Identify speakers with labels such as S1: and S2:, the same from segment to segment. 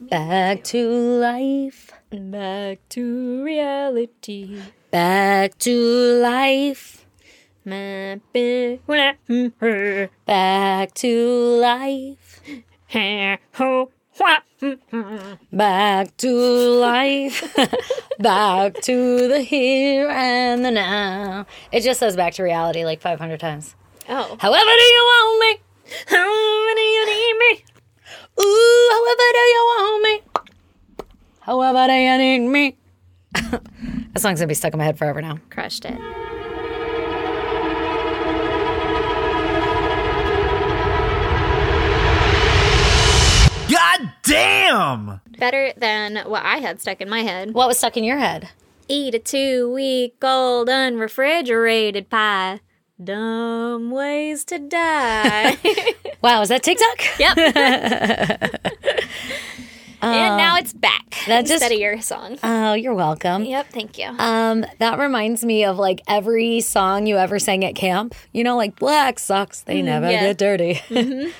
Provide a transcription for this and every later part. S1: Back to life.
S2: Back to reality.
S1: Back to life.
S2: My big black her.
S1: Back to life.
S2: Hair, ho, wha-
S1: Back to life. back to the here and the now. It just says back to reality like 500 times.
S2: Oh.
S1: However, do you want me?
S2: How many you need me?
S1: Ooh, however do you want me? However do you need me? that song's gonna be stuck in my head forever now.
S2: Crushed it.
S3: God damn!
S2: Better than what I had stuck in my head.
S1: What was stuck in your head?
S2: Eat a two week old unrefrigerated pie. Dumb ways to die.
S1: Wow, is that TikTok?
S2: yep. and now it's back
S1: Uh, that
S2: instead
S1: just-
S2: of your song.
S1: Oh, you're welcome.
S2: Yep, thank you.
S1: Um, that reminds me of like every song you ever sang at camp. You know, like black socks, they never
S2: Mm, yeah.
S1: get dirty.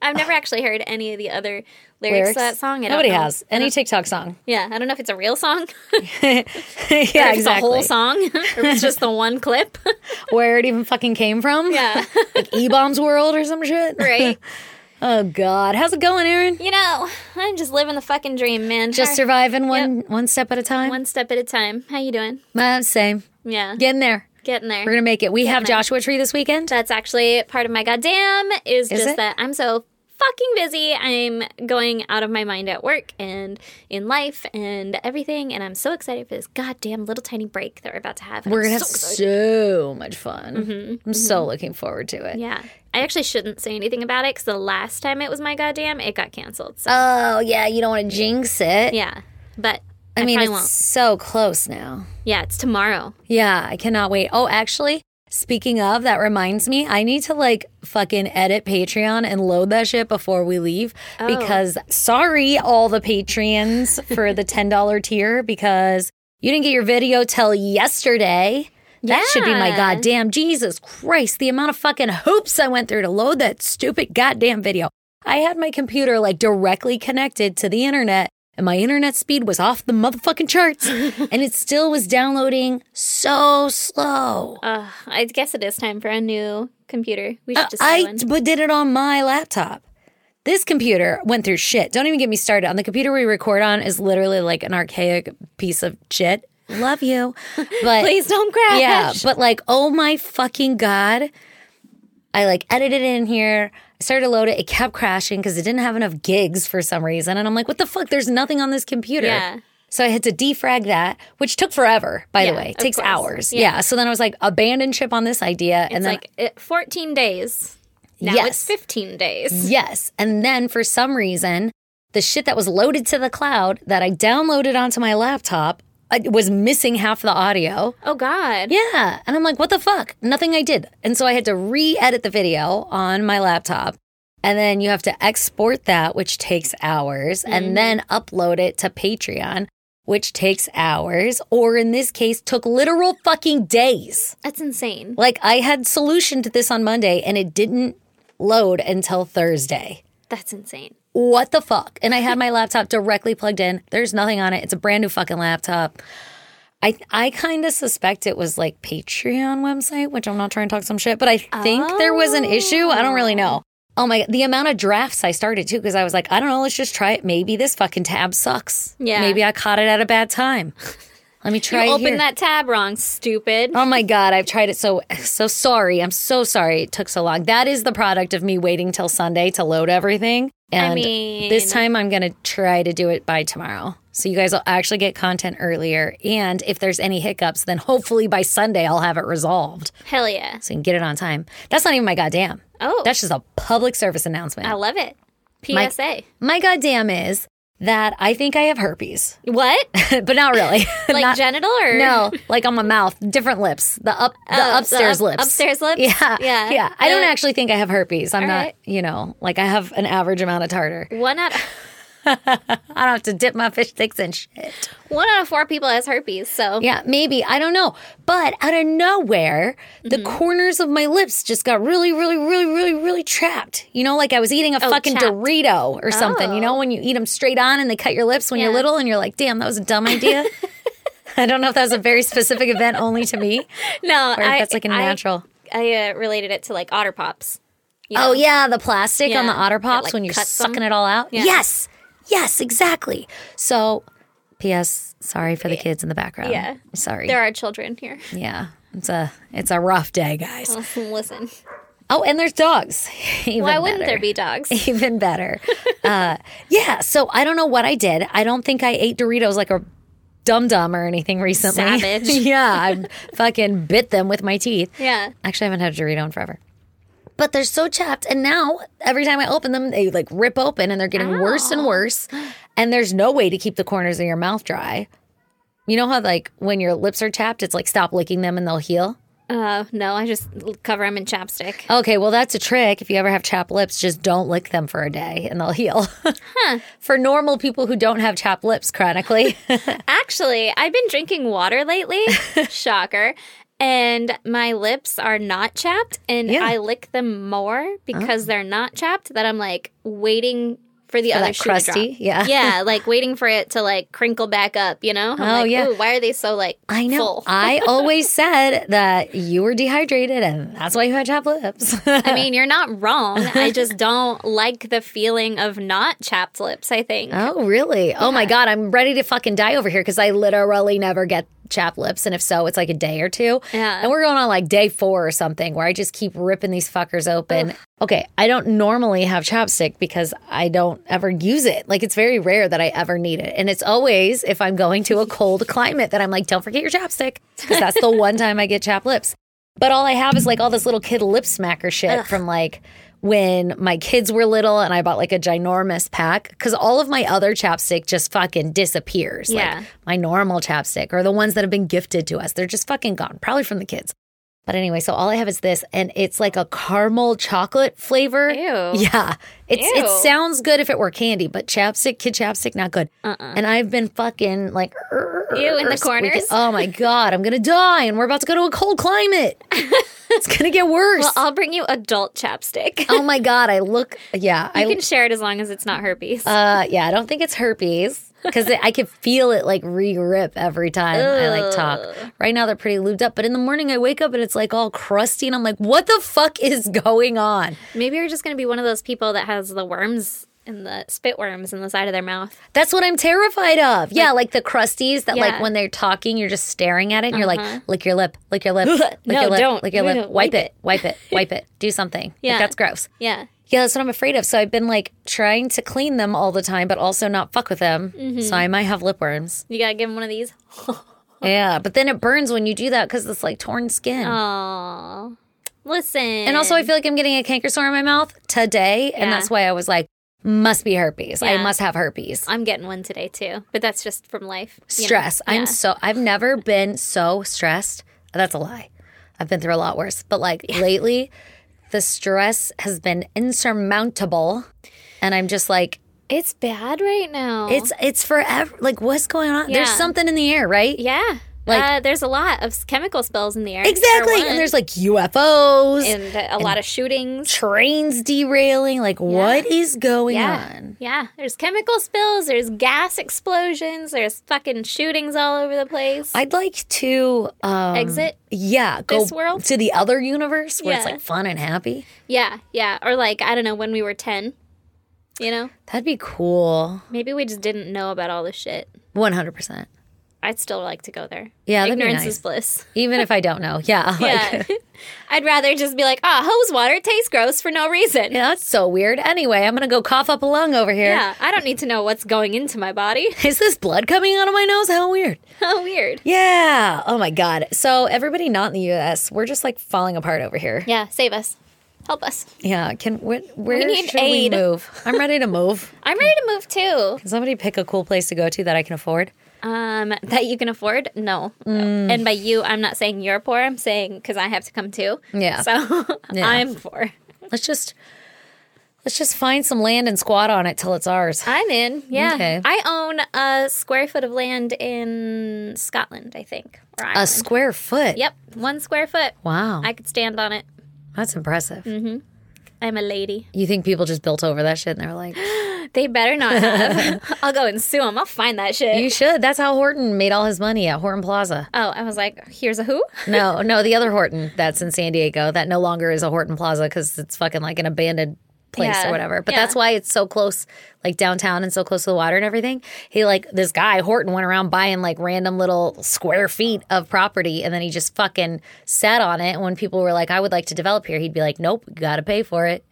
S2: I've never actually heard any of the other lyrics,
S1: Lyrics.
S2: to that song. I don't
S1: Nobody
S2: know.
S1: has any TikTok song.
S2: Yeah, I don't know if it's a real song.
S1: yeah,
S2: or if
S1: exactly.
S2: it's a whole song. or if it's just the one clip.
S1: Where it even fucking came from?
S2: yeah.
S1: like E Bombs World or some shit.
S2: Right.
S1: Oh God, how's it going, Aaron?
S2: You know, I'm just living the fucking dream, man.
S1: Just
S2: Har-
S1: surviving one one step at a time.
S2: one step at a time. How you doing?
S1: Uh, same.
S2: Yeah.
S1: Getting there.
S2: Getting there.
S1: We're gonna make it. We have Joshua Tree this weekend.
S2: That's actually part of my goddamn is, just
S1: it?
S2: that I'm so fucking busy. I'm going out of my mind at work and in life and everything. And I'm so excited for this goddamn little tiny break that we're about to have. and
S1: We're
S2: I'm
S1: gonna have
S2: so excited.
S1: so much fun. I'm so looking forward to it.
S2: Yeah. I actually shouldn't say anything about it because the last time it was my goddamn, it got canceled. So,
S1: Oh yeah, you don't want to jinx it.
S2: yeah. But I,
S1: I mean,
S2: probably
S1: it's
S2: won't.
S1: so close now.
S2: Yeah, it's tomorrow.
S1: Yeah, I cannot wait. Oh, actually, speaking of, that reminds me, I need to like fucking edit Patreon and load that shit before we leave because sorry, all the Patreons for the $10 tier because you didn't get your video till yesterday. That should be my
S2: Yeah.
S1: goddamn Jesus Christ. The amount of fucking hoops I went through to load that stupid goddamn video. I had my computer like directly connected to the internet and my internet speed was off the motherfucking charts and it still was downloading so slow.
S2: Uh, I guess it is time for a new computer. We should just buy
S1: Uh, I
S2: one.
S1: d- but did it on my laptop. This computer went through shit. Don't even get me started. On the computer we record on is literally like an archaic piece of shit. Love you. But
S2: Please don't crash.
S1: yeah, but like, oh my fucking god! I like edited it in here. I started to load it. It kept crashing because it didn't have enough gigs for some reason. And I'm like, what the fuck? There's nothing on this computer.
S2: Yeah.
S1: So I had to defrag that, which took forever. By
S2: Yeah,
S1: the way, it
S2: of
S1: takes
S2: course.
S1: hours.
S2: Yeah.
S1: Yeah. So then I was like, abandon ship on this idea, and
S2: It's
S1: then
S2: like it, 14 days. Now it's
S1: Yes. Mm-hmm.
S2: 15 days.
S1: Yes. And then for some reason, the shit that was loaded to the cloud that I downloaded onto my laptop uh, was missing half the audio.
S2: Oh, God.
S1: Yeah. And I'm like, what the fuck? Nothing I did. And so I had to re edit the video on my laptop. And then you have to export that, which takes hours, and then upload it to Patreon, which takes hours, or in this case, took literal fucking days.
S2: That's insane.
S1: Like I had solution to this on Monday and it didn't load until Thursday.
S2: That's insane.
S1: What the fuck? And I had my laptop directly plugged in. There's nothing on it. It's a brand new fucking laptop. I I kind of suspect it was like Patreon website, which I'm not trying to talk some shit, but I think there was an issue. I don't really know. Oh my the amount of drafts I started too because I was like, I don't know, let's just try it. Maybe this fucking tab sucks.
S2: Yeah.
S1: Maybe I caught it at a bad time. Let me try
S2: you
S1: it
S2: opened
S1: here.
S2: that tab wrong, stupid.
S1: Oh my god, I've tried it so so sorry. I'm so sorry it took so long. That is the product of me waiting till Sunday to load everything. And
S2: mean-
S1: this time I'm going to try to do it by tomorrow. So you guys will actually get content earlier and if there's any hiccups then hopefully by Sunday I'll have it resolved
S2: Hell yeah.
S1: so you can get it on time. That's not even my goddamn.
S2: Oh,
S1: That's just a public service announcement.
S2: I love it.
S1: My-
S2: PSA.
S1: my goddamn is that I think I have herpes,
S2: what?
S1: but not really.
S2: Like
S1: Not-
S2: genital or?
S1: no, like on my mouth, different lips, the up, the
S2: Oh,
S1: upstairs
S2: up-
S1: lips,
S2: Upstairs lips?
S1: Yeah.
S2: Yeah.
S1: Yeah. I don't
S2: Uh,
S1: actually think I have herpes. I'm
S2: all
S1: not,
S2: right.
S1: you know, like I have an average amount of tartar.
S2: One out.
S1: I don't have to dip my fish sticks in shit.
S2: One out of four people has herpes, so
S1: Yeah, maybe. I don't know. But out of nowhere, the corners of my lips just got really, really, really, really, really trapped. You know, like I was eating a fucking
S2: chapped.
S1: Dorito or something. You know,
S2: Oh.
S1: when you eat them straight on and they cut your lips when you're
S2: Yeah.
S1: little and you're like, damn, that was a dumb idea. I don't know if that was a very specific event only to me
S2: no,
S1: or if that's like a natural.
S2: I, uh, related it to like otter pops. you
S1: Oh
S2: know?
S1: yeah, the plastic on
S2: Yeah.
S1: the otter
S2: It,
S1: pops
S2: like,
S1: when you're
S2: cuts
S1: sucking
S2: 'em.
S1: it all out.
S2: Yeah.
S1: Yes, yes, exactly. So, P.S. Sorry for the kids in the background.
S2: Yeah.
S1: sorry.
S2: there are children here.
S1: yeah, it's a it's a rough day, guys.
S2: Listen,
S1: Oh, and there's dogs. Even
S2: why wouldn't
S1: better.
S2: there be dogs?
S1: Even better. uh, yeah. So I don't know what I did. I don't think I ate Doritos like a dum dum or anything recently.
S2: Savage.
S1: yeah, I fucking bit them with my teeth.
S2: Yeah,
S1: Actually, I haven't had a Dorito in forever. But they're so chapped. And now every time I open them, they like rip open and they're getting worse and worse. And there's no way to keep the corners of your mouth dry. You know how, like, when your lips are chapped, it's like stop licking them and they'll heal?
S2: uh, no, I just cover them in chapstick.
S1: Okay, well, that's a trick. If you ever have chapped lips, just don't lick them for a day and they'll heal. For normal people who don't have chapped lips chronically.
S2: Actually, I've been drinking water lately. Shocker. And my lips are not chapped, and
S1: Yeah.
S2: I lick them more because they're not chapped. That I'm like waiting for the other
S1: that
S2: shoe
S1: crusty?
S2: to
S1: Yeah.
S2: drop. yeah, like waiting for it to like crinkle back up. You know? I'm like,
S1: yeah.
S2: "Ooh, why are they so like?
S1: I know.
S2: Full?
S1: I always said that you were dehydrated and that's why you had chapped lips.
S2: I mean, you're not wrong. I just don't like the feeling of not chapped lips. I think.
S1: Oh, really? Oh my God, I'm ready to fucking die over here because I literally never get chapped lips. And if so, it's like a day or two.
S2: Yeah.
S1: And we're going on like day four or something where I just keep ripping these fuckers open. Okay, I don't normally have chapstick because I don't ever use it. Like it's very rare that I ever need it. And it's always if I'm going to a cold climate that I'm like, don't forget your chapstick because that's the one time I get chapped lips. But all I have is like all this little kid lip smacker shit from like when my kids were little and I bought like a ginormous pack because all of my other chapstick just fucking disappears.
S2: Yeah.
S1: Like my normal chapstick or the ones that have been gifted to us, they're just fucking gone, probably from the kids. But anyway, so all I have is this and it's like a caramel chocolate flavor.
S2: Ew.
S1: Yeah. It's it
S2: Ew.
S1: sounds good if it were candy, but chapstick, kid chapstick, not good.
S2: Uh-uh.
S1: And I've been fucking like
S2: Ew, in the
S1: squeaking.
S2: corners?
S1: Oh my god, I'm gonna die, and we're about to go to a cold climate. it's gonna get worse.
S2: Well, I'll bring you adult chapstick.
S1: oh my god, I look. Yeah, I
S2: you can share it as long as it's not herpes.
S1: uh, yeah, I don't think it's herpes because I could feel it like re rip every time I like talk. Right now they're pretty lubed up, but in the morning I wake up and it's like all crusty, and I'm like, what the fuck is going on?
S2: Maybe you're just going to be one of those people that has the worms and the spit worms in the side of their mouth.
S1: That's what I'm terrified of. Yeah, like the crusties that, like,
S2: Yeah. Uh-huh.
S1: when they're talking, you're just staring at it and you're like, lick your lip, lick your lip, lick
S2: No,
S1: your lip,
S2: don't.
S1: lick your lip,
S2: No, no,
S1: wipe
S2: wipe
S1: it, wipe it, wipe it, do something.
S2: Yeah.
S1: Like, that's gross.
S2: Yeah.
S1: Yeah, that's what I'm afraid of. So I've been like trying to clean them all the time, but also not fuck with them.
S2: Mm-hmm.
S1: So I might have lip worms.
S2: You got to give them one of these.
S1: Yeah, but then it burns when you do that because it's like torn skin.
S2: Oh, Aww. Listen.
S1: And also, I feel like I'm getting a canker sore in my mouth today. And
S2: Yeah.
S1: that's why I was like, must be herpes. I
S2: Yeah.
S1: must have herpes.
S2: I'm getting one today too, but that's just from life. you know?
S1: Stress.
S2: Yeah.
S1: I'm so, I've never been so stressed. That's a lie. I've been through a lot worse. But like lately, the stress has been insurmountable. And I'm just like,
S2: It's bad right now.
S1: it's it's forever. Like, what's going on? There's
S2: Yeah.
S1: something in the air, right?
S2: yeah.
S1: Like-
S2: uh, there's a lot of s- chemical spills in the air. for
S1: Exactly.
S2: one.
S1: And there's like UFOs.
S2: and a lot of shootings.
S1: trains derailing. Like, what is going
S2: Yeah.
S1: on?
S2: Yeah. There's chemical spills. There's gas explosions. There's fucking shootings all over the place.
S1: I'd like to, um,
S2: Exit.
S1: yeah, go
S2: This world?
S1: to the other universe where it's
S2: Yeah.
S1: like fun and happy.
S2: Yeah. Yeah. Or like, I don't know, when we were 10, you know?
S1: That'd be cool.
S2: Maybe we just didn't know about all this shit.
S1: One hundred percent.
S2: I'd still like to go there.
S1: Yeah, that'd be
S2: ignorance
S1: nice.
S2: is bliss.
S1: Even if I don't know, yeah, like,
S2: Yeah, I'd rather just be like, ah, hose water tastes gross for no reason. Yeah.
S1: yeah, that's so weird. Anyway, I'm gonna go cough up a lung over here. Is
S2: I don't need to know what's going into my body.
S1: this blood coming out of my nose? How weird.
S2: How weird.
S1: Yeah. Oh my god. So everybody not in the U.S., we're just like falling apart over here.
S2: Yeah, save us, help us.
S1: Yeah. Can where, where
S2: need
S1: should
S2: aid.
S1: we move? I'm ready to move.
S2: I'm ready to move too.
S1: Can somebody pick a cool place to go to that I can afford?
S2: Um, that you can afford? No. And by you, I'm not saying you're poor. I'm saying because I have to come too.
S1: Yeah.
S2: So
S1: Yeah.
S2: I'm poor.
S1: Let's just Let's just find some land and squat on it till it's ours.
S2: I'm in. Yeah.
S1: Okay.
S2: I own a square foot of land in Scotland, I think. Or
S1: A
S2: Ireland.
S1: square foot.
S2: yep. One square foot.
S1: Wow.
S2: I could stand on it.
S1: That's impressive.
S2: I'm a lady.
S1: You think people just built over that shit and they're like,
S2: They better not have. I'll go and sue them. I'll find that shit.
S1: you should. That's how Horton made all his money at Horton Plaza.
S2: oh, I was like, here's a who?
S1: No, no, the other Horton that's in San Diego that no longer is a Horton Plaza because it's fucking like an abandoned place
S2: Yeah.
S1: or whatever. But
S2: Yeah.
S1: that's why it's so close, like downtown and so close to the water and everything. He like this guy Horton went around buying like random little square feet of property and then he just fucking sat on it. And when people were like, "I would like to develop here," he'd be like, "Nope, got to pay for it."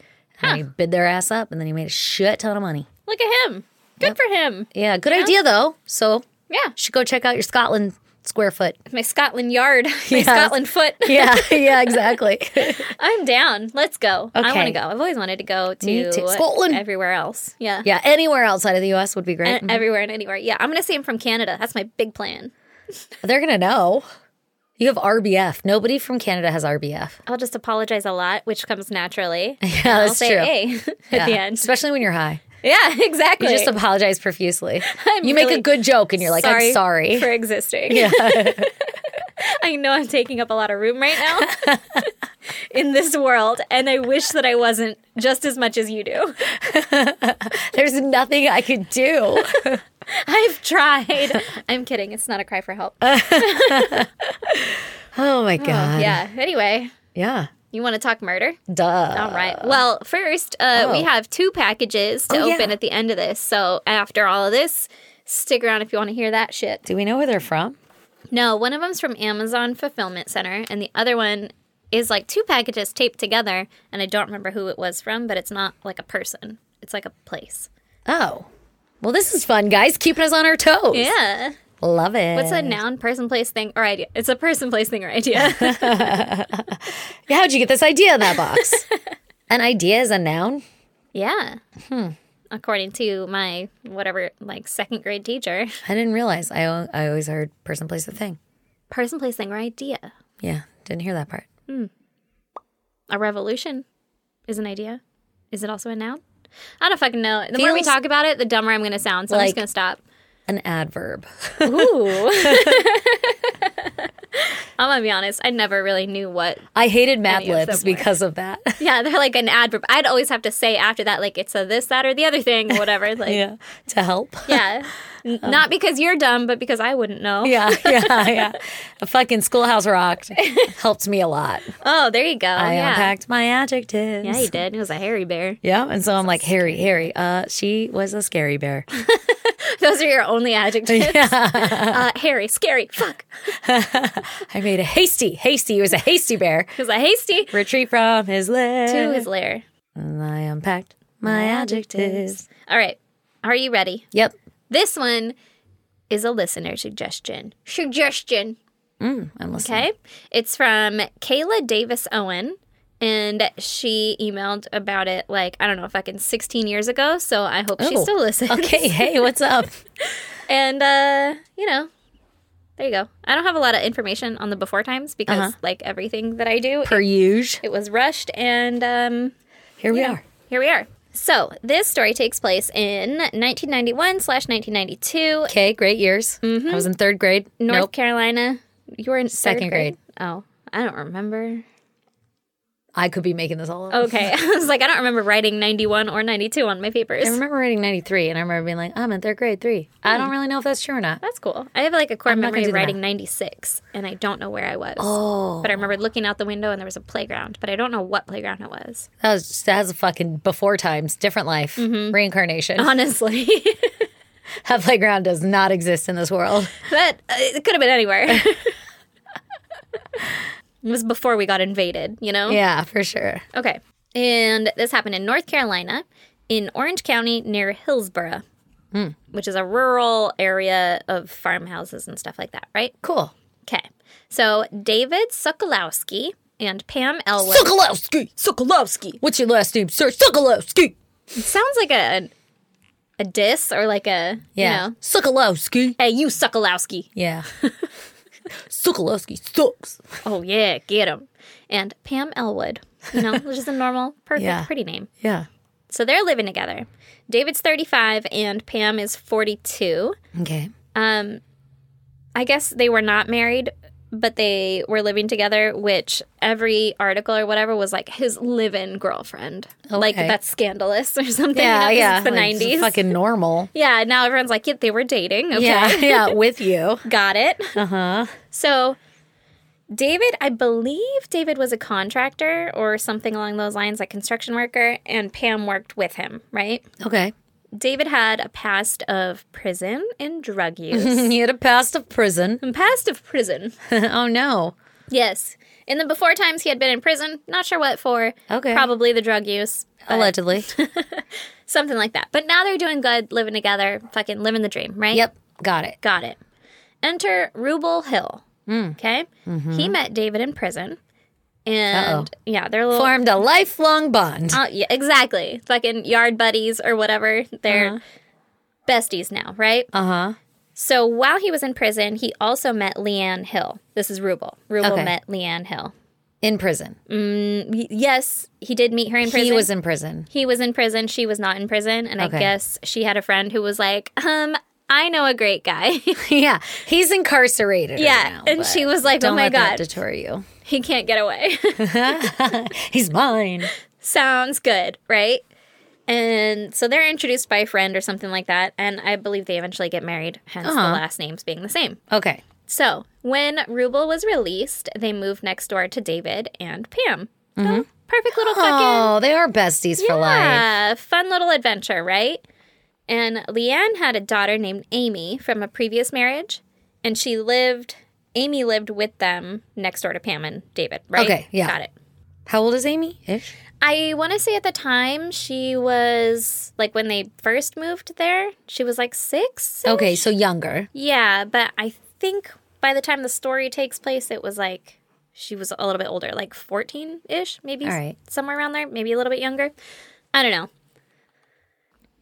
S1: And he bid their ass up, and then he made a shit ton of money.
S2: Look at him. Good for him.
S1: Yeah, good idea though. So
S2: Yeah.
S1: should go check out your Scotland square foot.
S2: My Scotland yard. My
S1: Yes.
S2: Scotland foot.
S1: Yeah, yeah, exactly.
S2: I'm down. Let's go. I want
S1: Okay.
S2: to go. I've always wanted to go to
S1: Me too. Scotland.
S2: everywhere else. Yeah.
S1: yeah, Mm-hmm. anywhere outside of the U.S. would be great.
S2: And everywhere and anywhere. Yeah. I'm going to see him from Canada. That's my big plan. uh,
S1: They're gonna know. You have RBF. Nobody from Canada has RBF.
S2: I'll just apologize a lot, which comes naturally.
S1: Yeah,
S2: I'll
S1: that's
S2: say
S1: true.
S2: A at
S1: Yeah.
S2: the end.
S1: especially when you're high.
S2: Yeah, exactly.
S1: You just apologize profusely.
S2: I'm
S1: you make
S2: really
S1: a good joke, and you're like, "I'm sorry."
S2: for existing.
S1: yeah,
S2: I know I'm taking up a lot of room right now in this world, and I wish that I wasn't just as much as you do.
S1: there's nothing I could do.
S2: I've tried. I'm kidding. It's not a cry for help.
S1: Oh my god.
S2: yeah. Anyway,
S1: yeah.
S2: you want to talk murder?
S1: Duh.
S2: All right. Well, first, uh, we
S1: oh.
S2: have two packages to
S1: Oh, yeah.
S2: open at the end of this. So after all of this, stick around if you want to hear that shit.
S1: Do we know where they're from?
S2: No, one of them's from Amazon Fulfillment Center, and the other one is like two packages taped together, and I don't remember who it was from, but it's not like a person. It's like a place.
S1: Oh. Well, this is fun, guys. Keeping us on our toes.
S2: Yeah.
S1: Love it.
S2: What's a noun, person, place, thing, or idea? It's a person, place, thing, or idea.
S1: How'd you get this idea in that box? An idea is a noun.
S2: yeah. Hmm. According to my whatever, like second grade teacher,
S1: I didn't realize. I al- I always heard person, place, the thing.
S2: person, place, thing, or idea.
S1: Yeah, didn't hear that part.
S2: A revolution is an idea. Is it also a noun? I don't fucking know. The more we
S1: Feels-
S2: talk about it, the dumber I'm going to sound. So I'm just
S1: Like-
S2: going to stop.
S1: An adverb.
S2: Ooh. I'm gonna be honest. I never really knew what.
S1: I hated Mad
S2: Any of
S1: Libs
S2: them were.
S1: because of that.
S2: Yeah, they're like an adverb. I'd always have to say after that, like it's a this, that, or the other thing, or whatever. Like, yeah,
S1: yeah. To help.
S2: N- not because you're dumb, but because I wouldn't know.
S1: Um, Yeah, yeah, yeah. A fucking schoolhouse rocked helped me a lot.
S2: Oh, there you go.
S1: I
S2: yeah.
S1: unpacked my adjectives.
S2: Yeah, you did. It was a hairy bear.
S1: Yeah, and so I'm like, Harry, Harry, uh, she was a scary bear.
S2: Those are your only adjectives. uh, hairy, scary, fuck.
S1: I made a hasty, hasty, he was a hasty bear.
S2: It was a hasty
S1: Retreat from his
S2: to
S1: lair.
S2: his lair.
S1: And I unpacked my adjectives.
S2: All right. Are you ready?
S1: Yep,
S2: This one is a listener suggestion. Suggestion.
S1: I'm listening.
S2: Okay. It's from Kayla Davis Owen. And she emailed about it like, I don't know, fucking 16 years ago. So I hope she
S1: Oh,
S2: still listens.
S1: Okay, hey, what's up?
S2: And, uh, you know, there you go. I don't have a lot of information on the before times because,
S1: Uh-huh.
S2: like, everything that I do,
S1: Per usual.
S2: it was rushed. And, um,
S1: Here we are.
S2: here we are. So this story takes place in 1991 slash 1992,
S1: Okay, great years. I was in third grade.
S2: North
S1: nope.
S2: Carolina. You were in third
S1: Second grade.
S2: Oh, I don't remember.
S1: I could be making this all up.
S2: Okay. I was like, I don't remember writing 91 or 92 on my papers.
S1: I remember reading 93 and I remember being like, I'm in third grade three. I
S2: Hmm.
S1: don't really know if that's true or not.
S2: That's cool. I have like a core
S1: not
S2: memory
S1: gonna do
S2: of
S1: the
S2: writing 96, and I don't know where I was.
S1: Oh.
S2: But I remember looking out the window and there was a playground, but I don't know what playground it was.
S1: That was, just, that was a fucking before times, different life,
S2: Mm-hmm.
S1: reincarnation.
S2: Uh-huh. Honestly,
S1: that playground does not exist in this world.
S2: but uh, it could have been anywhere. it was before we got invaded, you know?
S1: Yeah, for sure.
S2: Okay. And this happened in North Carolina, in Orange County near Hillsborough,
S1: Hmm.
S2: which is a rural area of farmhouses and stuff like that, right?
S1: Cool.
S2: Okay. So David Sokolowski and Pam Elwood.
S1: Sokolowski.
S2: Sokolowski.
S1: What's your last name, sir? Sokolowski.
S2: Sounds like a a diss or like a
S1: Yeah.
S2: you know.
S1: Sokolowski.
S2: Hey, you Sokolowski.
S1: Yeah. Sokolowski sucks.
S2: Oh yeah, get him. And Pam Elwood, you know, which is a normal, perfect,
S1: Yeah.
S2: pretty name.
S1: Yeah.
S2: So they're living together. David's 35 and Pam is 42.
S1: Okay.
S2: Um, I guess they were not married, but they were living together, which every article or whatever was like his live in girlfriend. Like
S1: Okay.
S2: that's scandalous or something.
S1: Yeah,
S2: you know, 'cause
S1: yeah.
S2: It's the
S1: like, it's
S2: 90s.
S1: Fucking normal.
S2: yeah, now everyone's like, yeah, they were dating. Okay.
S1: Yeah, yeah, with you.
S2: Got it.
S1: Uh huh.
S2: So David, I believe David was a contractor or something along those lines, like construction worker, and Pam worked with him, right?
S1: Okay.
S2: David had a past of prison and drug use.
S1: He had a past of prison.
S2: and past of prison.
S1: oh no.
S2: Yes. In the before times he had been in prison, not sure what for.
S1: Okay.
S2: Probably the drug use. but
S1: Allegedly.
S2: Something like that. But now they're doing good, living together, fucking living the dream, right?
S1: yep. Got it.
S2: Got it. Enter Rubel Hill.
S1: Hmm.
S2: Okay. He met David in prison. And
S1: Mm-hmm. Uh-oh.
S2: yeah, they're a little.
S1: Formed a lifelong bond.
S2: Oh, yeah, exactly. Fucking yard buddies or whatever.
S1: Uh-huh.
S2: They're besties now, right?
S1: Uh huh.
S2: So while he was in prison, he also met Leanne Hill. This is Rubel. Rubel
S1: Okay.
S2: met Leanne Hill.
S1: In prison.
S2: Y- Yes, he did meet her in prison.
S1: He was in prison.
S2: He was in prison. She was not in prison. And
S1: Okay.
S2: I guess she had a friend who was like, um, I know a great guy.
S1: yeah. He's incarcerated. right
S2: yeah.
S1: now,
S2: and
S1: but
S2: she was like,
S1: Don't
S2: oh my
S1: let that
S2: God,
S1: deter you.
S2: he can't get away.
S1: He's mine.
S2: Sounds good, right? And so they're introduced by a friend or something like that. And I believe they eventually get married, hence the
S1: Uh-huh.
S2: last names being the same.
S1: Okay.
S2: So when Rubel was released, they moved next door to David and Pam. So,
S1: Mm-hmm.
S2: perfect little fucking
S1: Oh, they are besties for life.
S2: Yeah, fun little adventure, right? And Leanne had a daughter named Amy from a previous marriage, and she lived. Amy lived with them next door to Pam and David, right?
S1: Okay, yeah.
S2: Got it.
S1: How old is Amy? Ish.
S2: I want to say at the time she was like when they first moved there, she was like six.
S1: Okay, so younger.
S2: Yeah, but I think by the time the story takes place, it was like she was a little bit older, like 14 ish, maybe
S1: All right.
S2: somewhere around there, maybe a little bit younger. I don't know.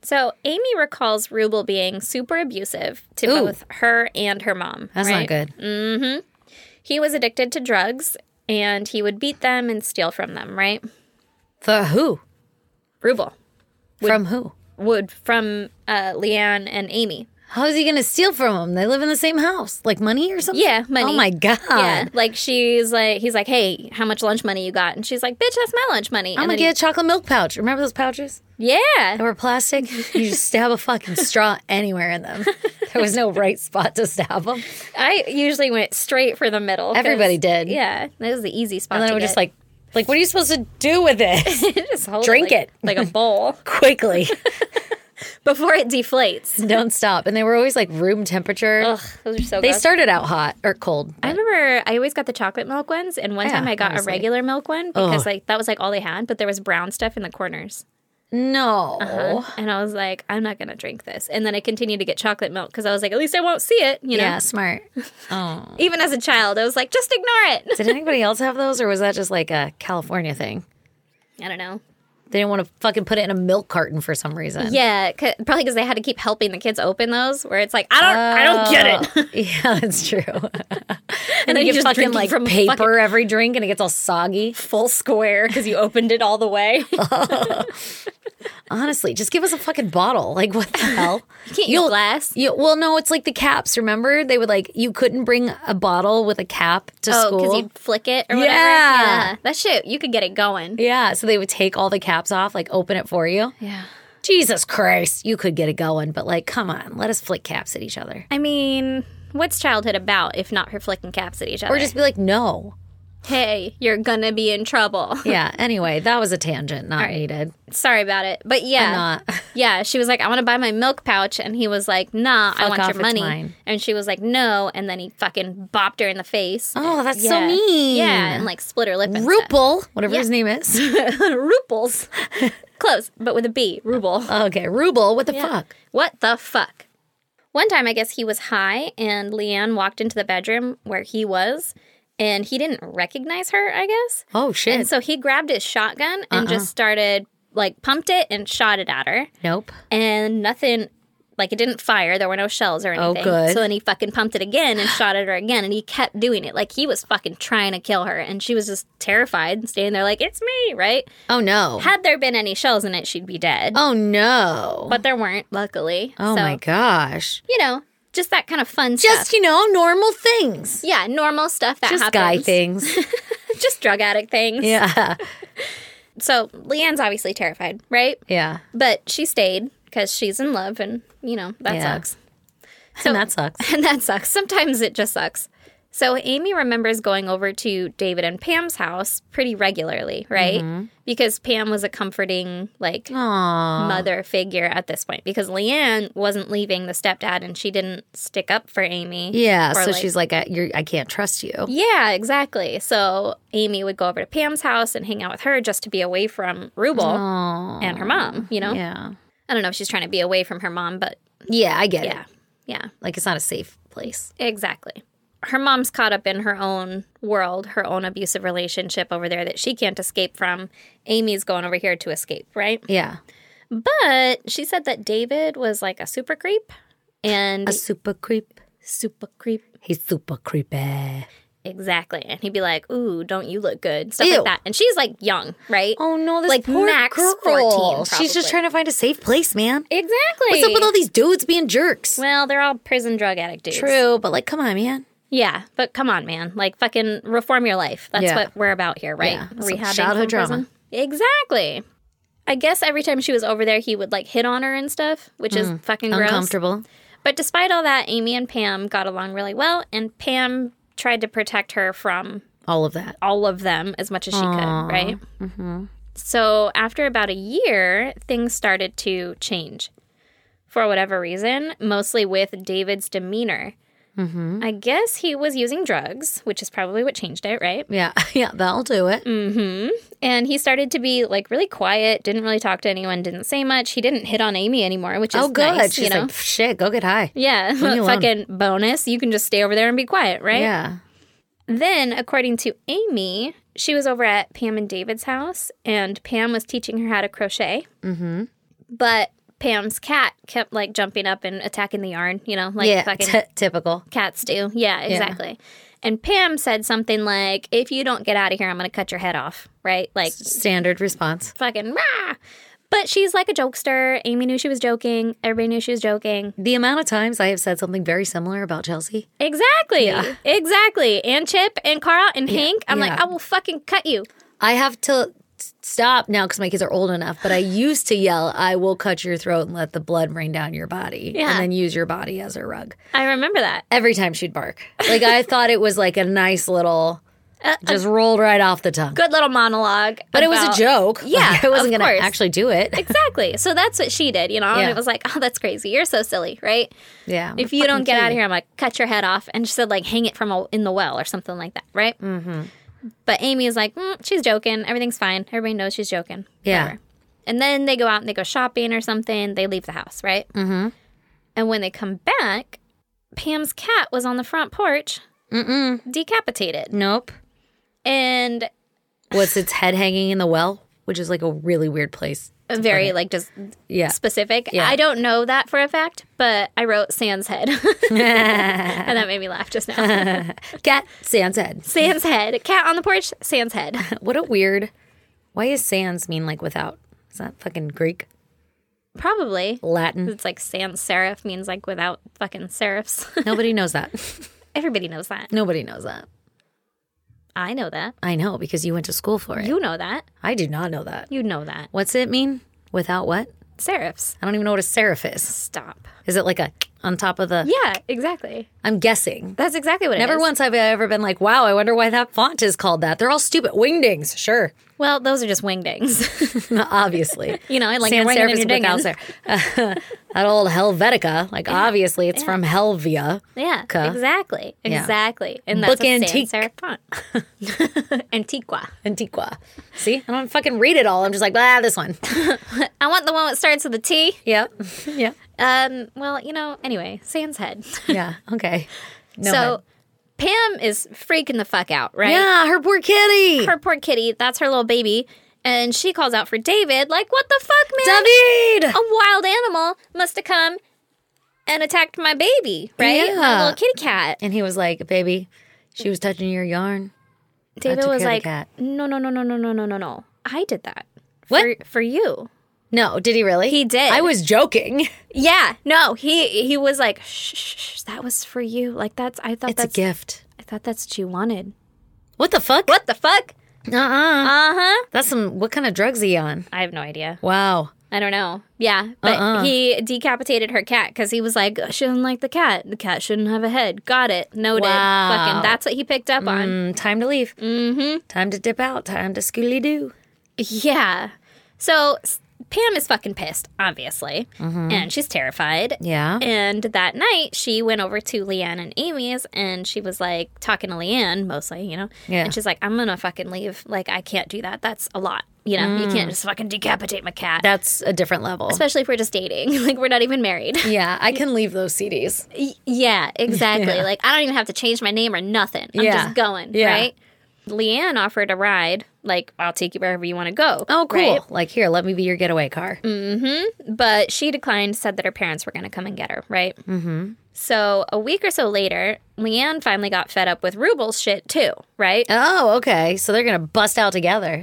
S2: So Amy recalls Rubel being super abusive to
S1: Ooh.
S2: both her and her mom.
S1: That's
S2: right? Mm.
S1: not good.
S2: He was addicted to drugs and he would beat them and steal from them, right?
S1: For who?
S2: Rubel
S1: From who?
S2: would from uh, Leanne and Amy.
S1: How is he going to steal from them? They live in the same house. Like money or something?
S2: Yeah,
S1: Oh
S2: money.
S1: my God.
S2: Yeah, like she's like he's like, hey, how much lunch money you got? And she's like, bitch, that's my lunch money.
S1: I'm going
S2: and then
S1: to
S2: he-
S1: get a chocolate milk pouch. Remember those pouches? They
S2: yeah,
S1: were plastic. You just stab a fucking straw anywhere in them. There was no right spot to stab them.
S2: I usually went straight for the middle. 'cause-
S1: Everybody did.
S2: Yeah, that was the easy spot.
S1: And then
S2: to
S1: I was just
S2: get.
S1: like, like, what are you supposed to do with it?
S2: Just hold
S1: drink
S2: like-
S1: it.
S2: like a bowl
S1: Quickly.
S2: before it deflates.
S1: Don't stop. And they were always like room temperature.
S2: Ugh, those are so.
S1: They
S2: gross.
S1: started out hot or cold.
S2: I remember I always got the chocolate milk ones, and one
S1: Yeah,
S2: time I got
S1: honestly.
S2: a regular milk one because like that was like all they had, but there was brown stuff in the corners.
S1: No.
S2: And I was like, I'm not gonna drink this. And then I continued to get chocolate milk because I was like, at least I won't see it. You know,
S1: Yeah, smart. Oh.
S2: even as a child, I was like, just ignore it.
S1: Did anybody else have those or was that just like a California thing?
S2: I don't know.
S1: They didn't want to fucking put it in a milk carton for some reason.
S2: Yeah, 'cause- probably because they had to keep helping the kids open those. Where it's like, I don't, I don't get it.
S1: it. yeah, that's true. and,
S2: then
S1: then
S2: you
S1: you
S2: just
S1: fucking
S2: drink it
S1: like
S2: from a
S1: paper
S2: fucking-
S1: every drink and it gets all soggy.
S2: Full square because you opened it all the way.
S1: Honestly, just give us a fucking bottle. Like, what the hell? you
S2: can't use glass.
S1: You, well, no, it's like the caps. Remember, they would like you couldn't bring a bottle with a cap to
S2: Oh,
S1: school.
S2: because you flick it or whatever.
S1: Yeah.
S2: that shit, you could get it going.
S1: yeah, so they would take all the caps off, like open it for you.
S2: Yeah.
S1: Jesus Christ, you could get it going, but like, come on, let us flick caps at each other,
S2: I mean, what's childhood about if not for flicking caps at each other?
S1: or just be like, no.
S2: hey, you're gonna be in trouble.
S1: Yeah. Anyway, that was a tangent, not
S2: right.
S1: needed.
S2: Sorry about it, but yeah,
S1: Not.
S2: yeah. She was like, I want to buy my milk pouch, and he was like, Nah, I
S1: Fuck
S2: want
S1: off,
S2: your
S1: it's
S2: money.
S1: mine.
S2: And she was like, No, and then he fucking bopped her in the face.
S1: Oh, that's so
S2: Yeah.
S1: mean.
S2: Yeah, and like split her lip and stuff.
S1: Rupel, whatever his name is.
S2: Rupels. Close, but with a B. Ruble.
S1: Okay, Ruble. What the fuck?
S2: What the fuck? One time, I guess he was high, and Leanne walked into the bedroom where he was, and he didn't recognize her, I guess.
S1: Oh shit.
S2: And so he grabbed his shotgun
S1: Uh-uh.
S2: and just started, like, pumped it and shot it at her.
S1: nope.
S2: And nothing, Like it didn't fire. There were no shells or anything.
S1: Oh, good.
S2: So then he fucking pumped it again and shot at her again, and he kept doing it. Like he was fucking trying to kill her, and she was just terrified, and standing there like it's me, right?
S1: Oh no.
S2: Had there been any shells in it, she'd be dead.
S1: Oh no.
S2: But there weren't, luckily.
S1: oh
S2: so,
S1: my gosh.
S2: You know, just that kind of fun
S1: Just
S2: stuff.
S1: you know, normal things.
S2: Yeah, normal stuff that
S1: Just
S2: happens.
S1: guy things.
S2: just drug addict things.
S1: yeah.
S2: So Leanne's obviously terrified, right?
S1: Yeah.
S2: But she stayed because she's in love, and you know that
S1: Yeah.
S2: sucks.
S1: and that sucks.
S2: And that sucks. Sometimes it just sucks. So Amy remembers going over to David and Pam's house pretty regularly, right? Because Pam was a comforting, like,
S1: Mm-hmm. Aw.
S2: mother figure at this point because Leanne wasn't leaving the stepdad and she didn't stick up for Amy.
S1: Yeah.
S2: Or,
S1: So
S2: like-
S1: she's like, I, you're, I can't trust you.
S2: Yeah, exactly. So Amy would go over to Pam's house and hang out with her just to be away from Rubel
S1: Aw.
S2: and her mom, you know?
S1: Yeah.
S2: I don't know if she's trying to be away from her mom, but
S1: Yeah, I get
S2: yeah.
S1: it.
S2: Yeah.
S1: Like it's not a safe place.
S2: Exactly. Her mom's caught up in her own world, her own abusive relationship over there that she can't escape from. Amy's going over here to escape, right?
S1: Yeah.
S2: But she said that David was like a super creep and
S1: A super creep.
S2: super creep.
S1: He's super creepy.
S2: Exactly. And he'd be like, Ooh, don't you look good? Stuff
S1: Ew.
S2: like that. And she's like young, right?
S1: Oh no, this
S2: Like,
S1: poor
S2: max
S1: girl.
S2: 14
S1: She's just
S2: probably.
S1: trying to find a safe place, man.
S2: Exactly.
S1: What's up with all these dudes being jerks?
S2: well, they're all prison drug addict dudes.
S1: True, but like, come on, man.
S2: Yeah. But come on, man. Like, fucking reform your life. That's
S1: Yeah.
S2: what we're about here, right?
S1: Yeah. Some
S2: Rehabbing
S1: childhood
S2: from
S1: drama.
S2: prison. Exactly. I guess every time she was over there, he would like hit on her and stuff, which is fucking gross.
S1: Mm. Uncomfortable.
S2: But despite all that, Amy and Pam got along really well, and Pam tried to protect her from
S1: All of that.
S2: all of them as much as she could, right? Mm-hmm. So after about a year, things started to change for whatever reason, mostly with David's demeanor. Mm-hmm. I guess he was using drugs, which is probably what changed it, right?
S1: Yeah, yeah, that'll do it.
S2: Mm, And he started to be like really quiet, didn't really talk to anyone, didn't say much. He didn't hit on Amy anymore, which is
S1: oh, good.
S2: nice,
S1: She's
S2: you know.
S1: like, shit, go get high.
S2: yeah,
S1: me alone.
S2: fucking bonus. You can just stay over there and be quiet, right?
S1: Yeah.
S2: Then, according to Amy, she was over at Pam and David's house, and Pam was teaching her how to crochet. Mm-hmm. But Pam's cat kept like jumping up and attacking the yarn, you know, like
S1: yeah.
S2: fucking
S1: t- typical.
S2: cats do. Yeah, exactly. And Pam said something like, "If you don't get out of here, I'm going to cut your head off." Right? Like
S1: Standard response.
S2: fucking rah. But she's like a jokester. Amy knew she was joking. Everybody knew she was joking.
S1: The amount of times I have said something very similar about Chelsea.
S2: Exactly. Exactly. And Chip and Carl and Hank. I'm like,
S1: yeah.
S2: I will fucking cut you.
S1: I have to s- stop now because my kids are old enough, but I used to yell, I will cut your throat and let the blood rain down your body.
S2: Yeah.
S1: And then use your body as a rug.
S2: I remember that.
S1: Every time she'd bark. Like, I thought it was like a nice little, just rolled right off the tongue.
S2: Uh, good little monologue.
S1: But it was a
S2: about-
S1: joke. Like,
S2: Yeah,
S1: I wasn't
S2: of
S1: going
S2: course.
S1: to actually do it.
S2: Exactly. So that's what she did, you know? And
S1: Yeah.
S2: it was like, oh, that's crazy. You're so silly, right?
S1: Yeah.
S2: If you don't get out of here, I'm like, cut your head off. And she said, like, hang it from a, in the well or something like that, right? Mm-hmm. But Amy is like, mm, she's joking. Everything's fine. Everybody knows she's joking.
S1: Yeah.
S2: And then they go out and they go shopping or something. They leave the house, right? Mm-hmm. And when they come back, Pam's cat was on the front porch, Mm-mm. decapitated.
S1: Nope.
S2: And
S1: Was its head hanging in the well, which is like a really weird place.
S2: very, like, just
S1: Yeah.
S2: specific.
S1: Yeah.
S2: I don't know that for a fact, but I wrote Sans head. and that made me laugh just now.
S1: Cat Sans head.
S2: Sans head. Cat on the porch, Sans head.
S1: What a weird. Why is sans mean like without? Is that fucking Greek?
S2: Probably.
S1: Latin?
S2: It's like sans serif means like without fucking serifs.
S1: Nobody knows that.
S2: Everybody knows that.
S1: Nobody knows that.
S2: I know that.
S1: I know because you went to school for it.
S2: You know that.
S1: I do not know that.
S2: You know that.
S1: What's it mean? Without what?
S2: Serifs.
S1: I don't even know what a serif is.
S2: Stop.
S1: Is it like a on top of the?
S2: Yeah, exactly.
S1: I'm guessing.
S2: That's exactly what it
S1: Never
S2: is.
S1: once have I ever been like, wow, I wonder why that font is called that. They're all stupid. Wingdings, sure.
S2: Well, those are just wingdings.
S1: obviously.
S2: you know, like
S1: Sans
S2: your winging
S1: serif
S2: and
S1: is
S2: your dinging.
S1: without serif. that old Helvetica, like obviously it's from Helvia.
S2: Yeah,
S1: Ka.
S2: exactly.
S1: Yeah.
S2: Exactly. And that's
S1: Book
S2: a
S1: antique.
S2: sans serif font. Antiqua.
S1: Antiqua. See, I don't fucking read it all. I'm just like, ah, this one.
S2: I want the one that starts with a T.
S1: Yep. yeah.
S2: Um, well, you know, anyway, Sans head.
S1: Yeah. Okay. No
S2: so
S1: head.
S2: Pam is freaking the fuck out, right?
S1: yeah, her poor kitty.
S2: Her poor kitty, that's her little baby. And she calls out for David, like, what the fuck, man?
S1: David.
S2: A wild animal must have come and attacked my baby, right? My
S1: Yeah.
S2: little kitty cat.
S1: And he was like, "Baby, she was touching your yarn."
S2: David
S1: took
S2: was
S1: care of the
S2: like,
S1: cat.
S2: no, no, no, no, no, no, no, no, no. I did that.
S1: What?
S2: For, for you.
S1: No, did he really?
S2: He did.
S1: I was joking.
S2: Yeah. No, he he was like, shh, shh, shh, that was for you. Like that's I thought
S1: It's a
S2: that's
S1: gift.
S2: I thought that's what you wanted.
S1: What the fuck?
S2: What the fuck?
S1: Uh uh
S2: Uh-huh.
S1: That's some. What kind of drugs he on?
S2: I have no idea.
S1: Wow.
S2: I don't know. Yeah, but
S1: Uh-uh.
S2: he decapitated her cat because he was like, shouldn't like the cat. The cat shouldn't have a head. Got it. Noted.
S1: Wow.
S2: Fucking. That's what he picked up on.
S1: Mm, time to leave. Mm-hmm. Time to dip out. Time to Scooby Doo. Mm.
S2: Yeah. So s- Pam is fucking pissed, obviously, and she's terrified.
S1: Mm-hmm. Yeah.
S2: And that night, she went over to Leanne and Amy's, and she was like talking to Leanne mostly, you know.
S1: Yeah.
S2: And she's like, "I'm gonna fucking leave. Like, I can't do that. That's a lot. You know,
S1: Mm.
S2: you can't just fucking decapitate my cat."
S1: That's a different level.
S2: Especially if we're just dating, like we're not even married.
S1: yeah, I can leave those CDs.
S2: Y- yeah, exactly. Like I don't even have to change my name or nothing. I'm
S1: Yeah.
S2: just going,
S1: Yeah.
S2: right? Leanne offered a ride, like I'll take you wherever you want to go.
S1: Oh, cool.
S2: right?
S1: Like here, let me be your getaway car.
S2: But she declined, said that her parents were going to come and get her, right? Mm-hmm. So a week or so later, Leanne finally got fed up with Rubel's shit too, right?
S1: Oh, okay. So they're gonna bust out together.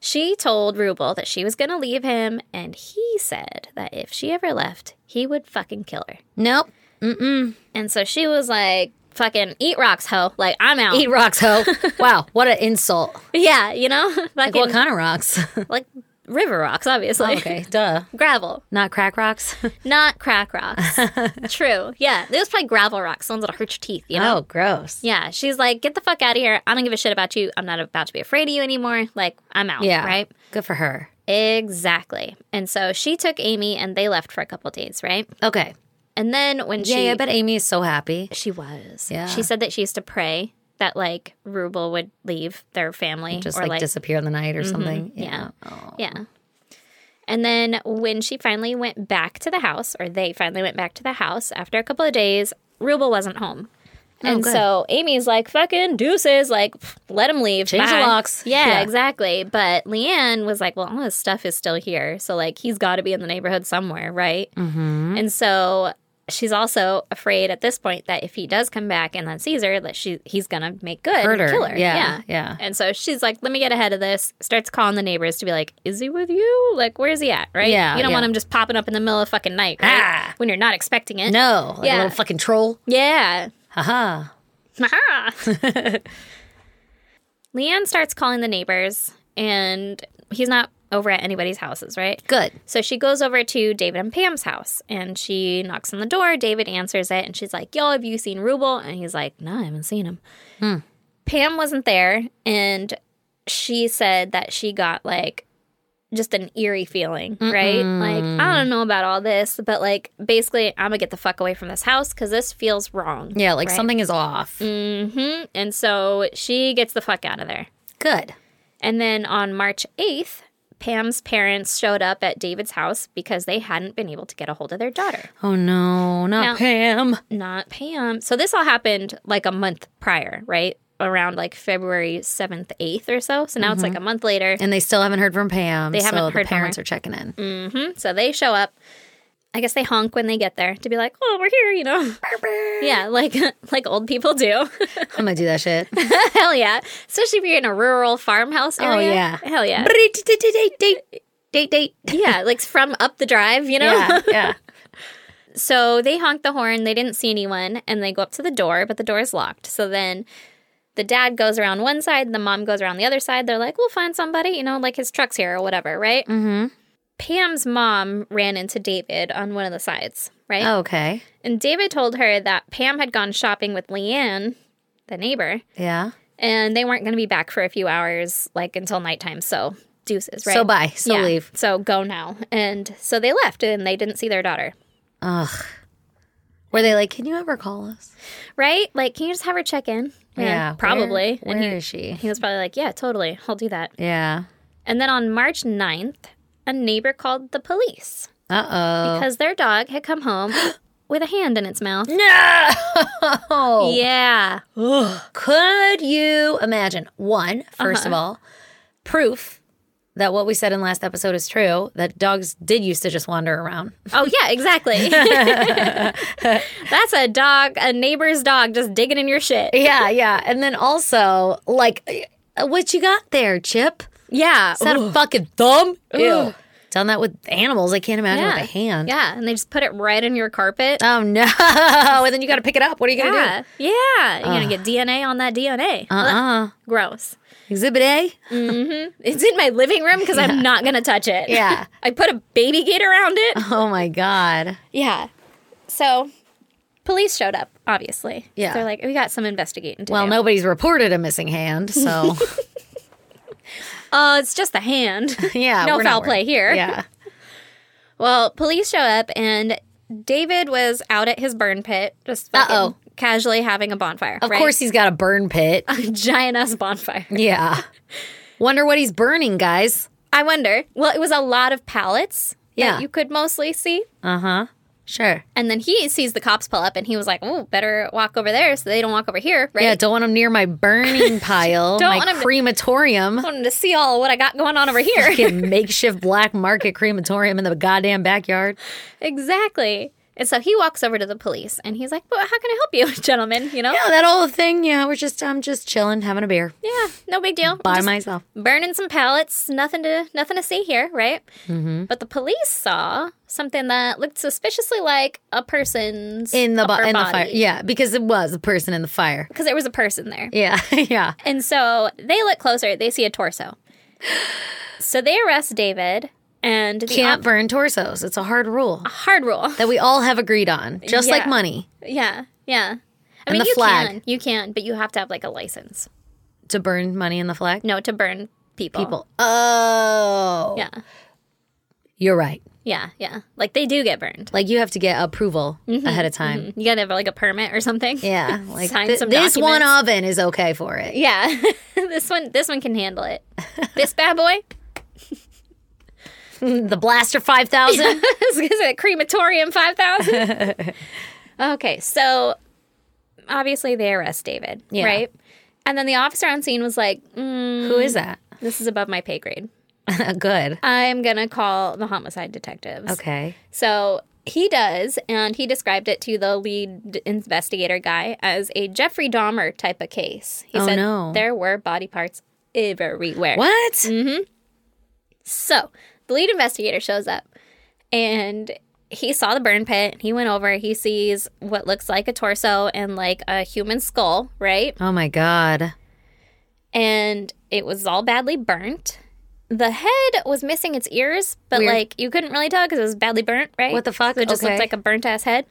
S2: She told Rubel that she was going to leave him, and he said that if she ever left, he would fucking kill her.
S1: Nope.
S2: And so she was like, fucking eat rocks, ho. Like, I'm out.
S1: Eat rocks, ho. wow, what an insult.
S2: Yeah, you know? Fucking,
S1: Like
S2: like,
S1: what kind of rocks?
S2: river rocks, obviously.
S1: Oh, okay, duh.
S2: Gravel,
S1: Not crack rocks.
S2: not crack rocks. True. Yeah. It was probably gravel rocks, the ones that'll hurt your teeth, you know?
S1: oh, gross.
S2: Yeah, she's like, get the fuck out of here. I don't give a shit about you. I'm not about to be afraid of you anymore. Like, I'm out.
S1: Yeah.
S2: Right?
S1: Good for her.
S2: Exactly. And so she took Amy and they left for a couple days, right?
S1: Okay.
S2: And then when
S1: Yeah,
S2: she
S1: yeah, I bet Amy is so happy.
S2: she was.
S1: Yeah.
S2: She said that she used to pray that like Rubel would leave their family.
S1: Just
S2: or
S1: like, Mm-hmm.
S2: like,
S1: disappear in the night or something.
S2: yeah. Yeah. And then when she finally went back to the house, or they finally went back to the house after a couple of days, Rubel wasn't home. and
S1: Oh, good.
S2: so Amy's like, fucking deuces, like, pff, let him leave.
S1: Change the
S2: bye."
S1: locks.
S2: Yeah,
S1: Yeah.
S2: exactly. But Leanne was like, well, all his stuff is still here. So, like, he's got to be in the neighborhood somewhere, right? Mm-hmm. And so she's also afraid at this point that if he does come back and then sees her, that she he's going to make good
S1: Hurt
S2: and
S1: her.
S2: kill her.
S1: Yeah, yeah.
S2: And so she's like, let me get ahead of this. Starts calling the neighbors to be like, is he with you? Like, where's he at? Right?
S1: Yeah,
S2: You don't want
S1: yeah.
S2: him just popping up in the middle of fucking night, right?
S1: Ah.
S2: When you're not expecting it.
S1: No, like a
S2: Yeah.
S1: little fucking troll.
S2: Yeah.
S1: Haha.
S2: Aha. Leanne starts calling the neighbors, and he's not over at anybody's houses, right?
S1: Good.
S2: So she goes over to David and Pam's house and she knocks on the door. David answers it and she's like, Yo, have you seen Rubel? And he's like, No, I haven't seen him. Pam wasn't there and she said that she got like just an eerie feeling, right? Like, I don't know about all this, but like basically, I'm gonna get the fuck away from this house because this feels wrong.
S1: Yeah, like
S2: right?
S1: something is off.
S2: hmm And so she gets the fuck out of there.
S1: Good.
S2: And then on March 8th, Pam's parents showed up at David's house because they hadn't been able to get a hold of their daughter.
S1: Oh no, not
S2: Now-
S1: Pam.
S2: Not Pam. So this all happened like a month prior, right? Around like February 7th, 8th or so. So now it's like
S1: Mm-hmm.
S2: a month later.
S1: And they still haven't heard from Mm. Pam. They
S2: haven't
S1: so the
S2: heard from her.
S1: parents are checking in.
S2: So they show up. I guess they honk when they get there to be like, "Oh, we're here," you know. yeah, like like old people do.
S1: I'm gonna do that shit.
S2: Hell yeah. Especially if you're in a rural farmhouse area.
S1: Oh, yeah.
S2: Hell yeah.
S1: date, date, date, date, date, date.
S2: yeah, like from up the drive, you know?
S1: Yeah, yeah.
S2: So they honk the horn. They didn't see anyone, and they go up to the door, but the door is locked. So then the dad goes around one side, and the mom goes around the other side. They're like, "We'll find somebody," you know, like his truck's here or whatever, right? Mm-hmm. Pam's mom ran into David on one of the sides, right?
S1: Oh. Okay.
S2: And David told her that Pam had gone shopping with Leanne, the neighbor,
S1: Yeah.
S2: and they weren't going to be back for a few hours, like until nighttime. So deuces, right?
S1: So bye. So
S2: Yeah.
S1: leave.
S2: So go now. And so they left, and they didn't see their daughter.
S1: Ugh. Were they like, can you ever call us?
S2: right? Like, can you just have her check in? probably.
S1: Where,
S2: and
S1: where
S2: he,
S1: is she?
S2: he was probably like, yeah, totally, I'll do that.
S1: Yeah.
S2: And then on March 9th, a neighbor called the police
S1: Uh
S2: because their dog had come home with a hand in its mouth.
S1: oh. No.
S2: Yeah,
S1: Uh-huh. Could you imagine? One, first of all, proof that what we said in last episode is true that dogs did used to just wander around.
S2: Oh yeah, exactly. That's a dog, a neighbor's dog, just digging in your shit.
S1: Yeah, yeah. And then also, like, uh, what you got there, Chip?
S2: Yeah.
S1: Is that a fucking thumb? Ew. Done that with animals. I can't imagine with a hand.
S2: Yeah, and they just put it right in your carpet.
S1: Oh no! and then you got to pick it up. What are you gonna
S2: yeah, yeah. You're gonna get DNA on that DNA.
S1: do? Oh, Uh uh
S2: Gross.
S1: Exhibit A.
S2: It's in my living room because I'm not gonna touch it.
S1: Yeah.
S2: I put a baby gate around it.
S1: Oh my god.
S2: Yeah. So, police showed up. Obviously.
S1: Yeah.
S2: They're like, we got some investigating to
S1: Well,
S2: do.
S1: nobody's reported a missing hand, so
S2: Uh, it's just a hand.
S1: yeah,
S2: no
S1: we're not
S2: foul
S1: worried.
S2: play here.
S1: Yeah.
S2: Well, police show up and David was out at his burn pit, just fucking
S1: Uh-oh.
S2: casually having a bonfire.
S1: Of course, he's got a burn pit.
S2: giant ass bonfire.
S1: yeah. Wonder what he's burning, guys.
S2: I wonder. Well, it was a lot of pallets
S1: Yeah.
S2: that you could mostly see.
S1: Uh huh. Sure.
S2: And then he sees the cops pull up and he was like, oh, better walk over there so they don't walk over here, right?
S1: Yeah, don't want him near my burning pile,
S2: Don't
S1: my
S2: want him to-
S1: crematorium.
S2: I wanted to see all what I got going on over here.
S1: Fucking makeshift black market crematorium in the goddamn backyard.
S2: exactly. And so he walks over to the police and he's like, well, how can I help you, gentlemen? You know?
S1: Yeah, that old thing. Yeah, we're just I'm just chilling, having a beer
S2: Yeah, no big deal.
S1: by
S2: Just-
S1: myself.
S2: burning some pallets. Nothing to nothing to see here, right?
S1: Mm-hmm.
S2: But the police saw something that looked suspiciously like a person's
S1: In the bo-
S2: upper
S1: in the
S2: body.
S1: fire. Yeah, because it was a person in the fire.
S2: because there was a person there,
S1: Yeah, yeah.
S2: and so they look closer. They see a torso. so they arrest David and the
S1: Can't
S2: op-
S1: burn torsos. It's a hard rule
S2: hard rule.
S1: that we all have agreed on, just like
S2: Yeah.
S1: money
S2: Yeah, yeah. I
S1: And
S2: mean,
S1: the
S2: you
S1: flag.
S2: can, you can, but you have to have like a license.
S1: to burn money in the flag.
S2: No, to burn people.
S1: People. Oh,
S2: Yeah,
S1: you're right.
S2: yeah, yeah. Like they do get burned.
S1: Like you have to get approval ahead of time.
S2: You gotta have like a permit or something.
S1: Mm-hmm, Yeah, like
S2: Sign
S1: th-
S2: some
S1: this one
S2: documents.
S1: oven is okay for it.
S2: Yeah, this one this one can handle it. This bad boy,
S1: The Blaster Five Thousand.
S2: this is a crematorium five thousand. okay, so obviously they arrest David,
S1: Yeah.
S2: right? And then the officer on scene was like, mm,
S1: Who is that?
S2: "This is above my pay grade.
S1: Good.
S2: I'm gonna call the homicide detectives."
S1: Okay.
S2: So he does, and he described it to the lead investigator guy as a Jeffrey Dahmer type of case. He
S1: Oh,
S2: said
S1: no.
S2: there were body parts everywhere.
S1: What?
S2: So the lead investigator shows up and he saw the burn pit. He went over, he sees what looks like a torso and like a human skull, right?
S1: Oh my god.
S2: And it was all badly burnt. The head was missing its ears, but
S1: Weird.
S2: like you couldn't really tell because it was badly burnt, right?
S1: What the fuck?
S2: So it just
S1: Okay.
S2: looked like a burnt ass head.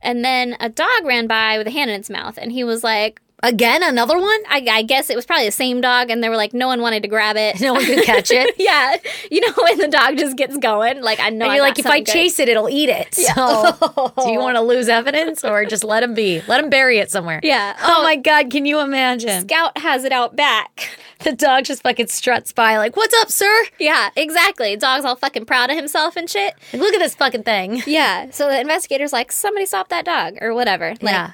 S2: And then a dog ran by with a hand in its mouth, and he was like,
S1: Again, another one?
S2: I, I guess it was probably the same dog, and they were like, no one wanted to grab it.
S1: No one could catch it.
S2: Yeah, you know when the dog just gets going, like I know.
S1: And
S2: I
S1: you're
S2: got
S1: like, if I
S2: something good.
S1: chase it, it'll eat it. So, do you want to lose evidence or just let him be? Let him bury it somewhere.
S2: yeah.
S1: Oh, my God, can you imagine?
S2: Scout has it out back.
S1: The dog just fucking struts by, like, what's up, sir?
S2: Yeah, exactly. Dog's all fucking proud of himself and shit.
S1: Like, look at this fucking thing.
S2: Yeah. So the investigator's like, somebody stop that dog or whatever. Like,
S1: yeah.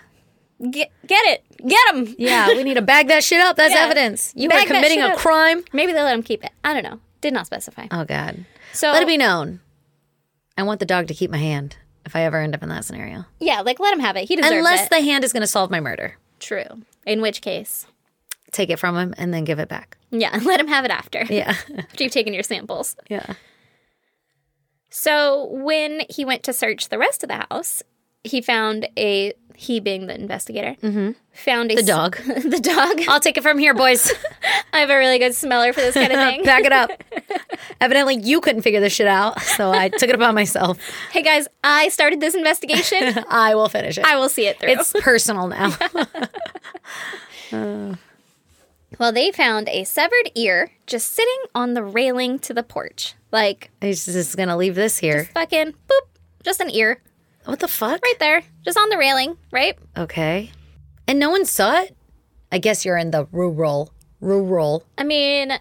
S2: get, get it, get him.
S1: Yeah, we need to bag that shit up. That's
S2: Yeah.
S1: evidence. You
S2: Bag
S1: are
S2: that
S1: committing
S2: shit
S1: a
S2: up.
S1: crime.
S2: Maybe they let him keep it. I don't know. Did not specify.
S1: Oh, God.
S2: So
S1: Let it be known. I want the dog to keep my hand if I ever end up in that scenario.
S2: yeah, like let him have it. He deserves
S1: Unless
S2: it.
S1: the hand is going to solve my murder.
S2: True. In which case,
S1: Take it from him and then give it back.
S2: yeah, let him have it after
S1: Yeah.
S2: after you've taken your samples.
S1: yeah.
S2: So when he went to search the rest of the house, he found a he being the investigator found a
S1: Mm-hmm. The dog.
S2: the dog.
S1: I'll take it from here, boys.
S2: I have a really good smeller for this kind of thing.
S1: Back it up. Evidently, you couldn't figure this shit out, so I took it upon myself.
S2: hey guys, I started this investigation.
S1: I will finish it.
S2: I will see it through.
S1: it's personal now.
S2: well, they found a severed ear just sitting on the railing to the porch. Like
S1: He's just gonna leave this here.
S2: fucking boop, just an ear
S1: What the fuck?
S2: right there, just on the railing, right?
S1: Okay. And no one saw it. I guess you're in the rural, rural
S2: I mean,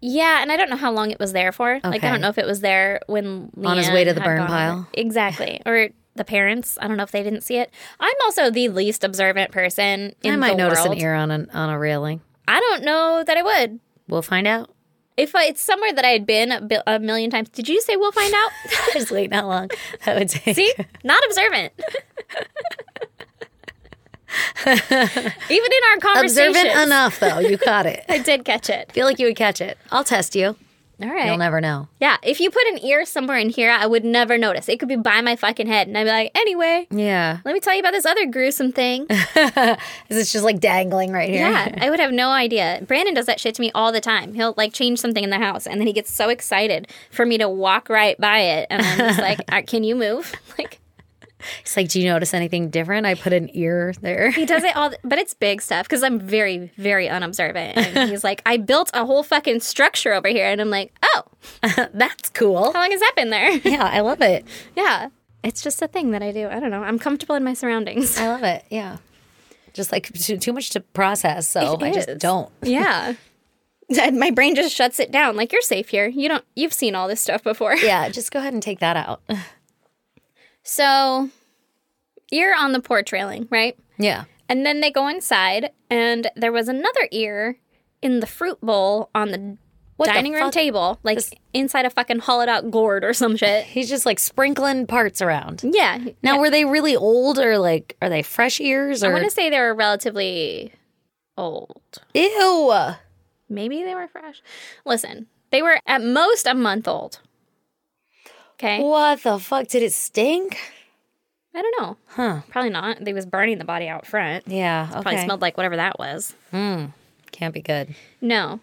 S2: yeah, and I don't know how long it was there for. Like, I
S1: Okay.
S2: don't know if it was there when
S1: On his
S2: Leanne
S1: way to the
S2: had
S1: burn
S2: gone
S1: pile.
S2: over- Exactly, or the parents. I don't know if they didn't see it. I'm also the least observant person in
S1: I might
S2: the
S1: notice
S2: world.
S1: an ear on an, on a railing.
S2: I don't know that I would.
S1: We'll find out.
S2: if I, it's somewhere that I had been a, bi- a million times, did you say we'll find out?
S1: Just wait how long that would take.
S2: See, not observant. Even in our conversation,
S1: Observant enough, though. You caught it.
S2: I did catch it.
S1: feel like you would catch it. I'll test you.
S2: All right.
S1: You'll never know.
S2: Yeah, if you put an ear somewhere in here, I would never notice. It could be by my fucking head, and I'd be like, anyway,
S1: Yeah.
S2: let me tell you about this other gruesome thing.
S1: It's just like dangling right here.
S2: Yeah, I would have no idea. Brandon does that shit to me all the time. He'll like change something in the house, and then he gets so excited for me to walk right by it, and I'm just like, "Uh, "Can you move?" Like
S1: It's like, do you notice anything different? I put an ear there.
S2: he does it all, but it's big stuff because I'm very, very unobservant. And he's like, "I built a whole fucking structure over here," and I'm like, "Oh,
S1: That's cool.
S2: how long has that been there?"
S1: Yeah, I love it.
S2: yeah, it's just a thing that I do. I don't know. I'm comfortable in my surroundings.
S1: I love it. Yeah. Just like too, too much to process, so
S2: It
S1: I
S2: is.
S1: just don't.
S2: Yeah. My brain just shuts it down. Like you're safe here. You don't. You've seen all this stuff before.
S1: Yeah, just go ahead and take that out.
S2: So you're on the porch railing, right?
S1: Yeah.
S2: And then they go inside, and there was another ear in the fruit bowl on the
S1: the
S2: dining room
S1: fuck?
S2: table, like inside a fucking hollowed out gourd or some shit.
S1: He's just like sprinkling parts around.
S2: Yeah.
S1: Now, were they really old or like, are they fresh ears
S2: I
S1: or?
S2: want to say they were relatively old.
S1: Ew.
S2: Maybe they were fresh. Listen, they were at most a month old. Okay.
S1: What the fuck? Did it stink?
S2: I don't know.
S1: Huh.
S2: Probably not. They was burning the body out front.
S1: Yeah. Okay.
S2: Probably smelled like whatever that was.
S1: Can't be good.
S2: No.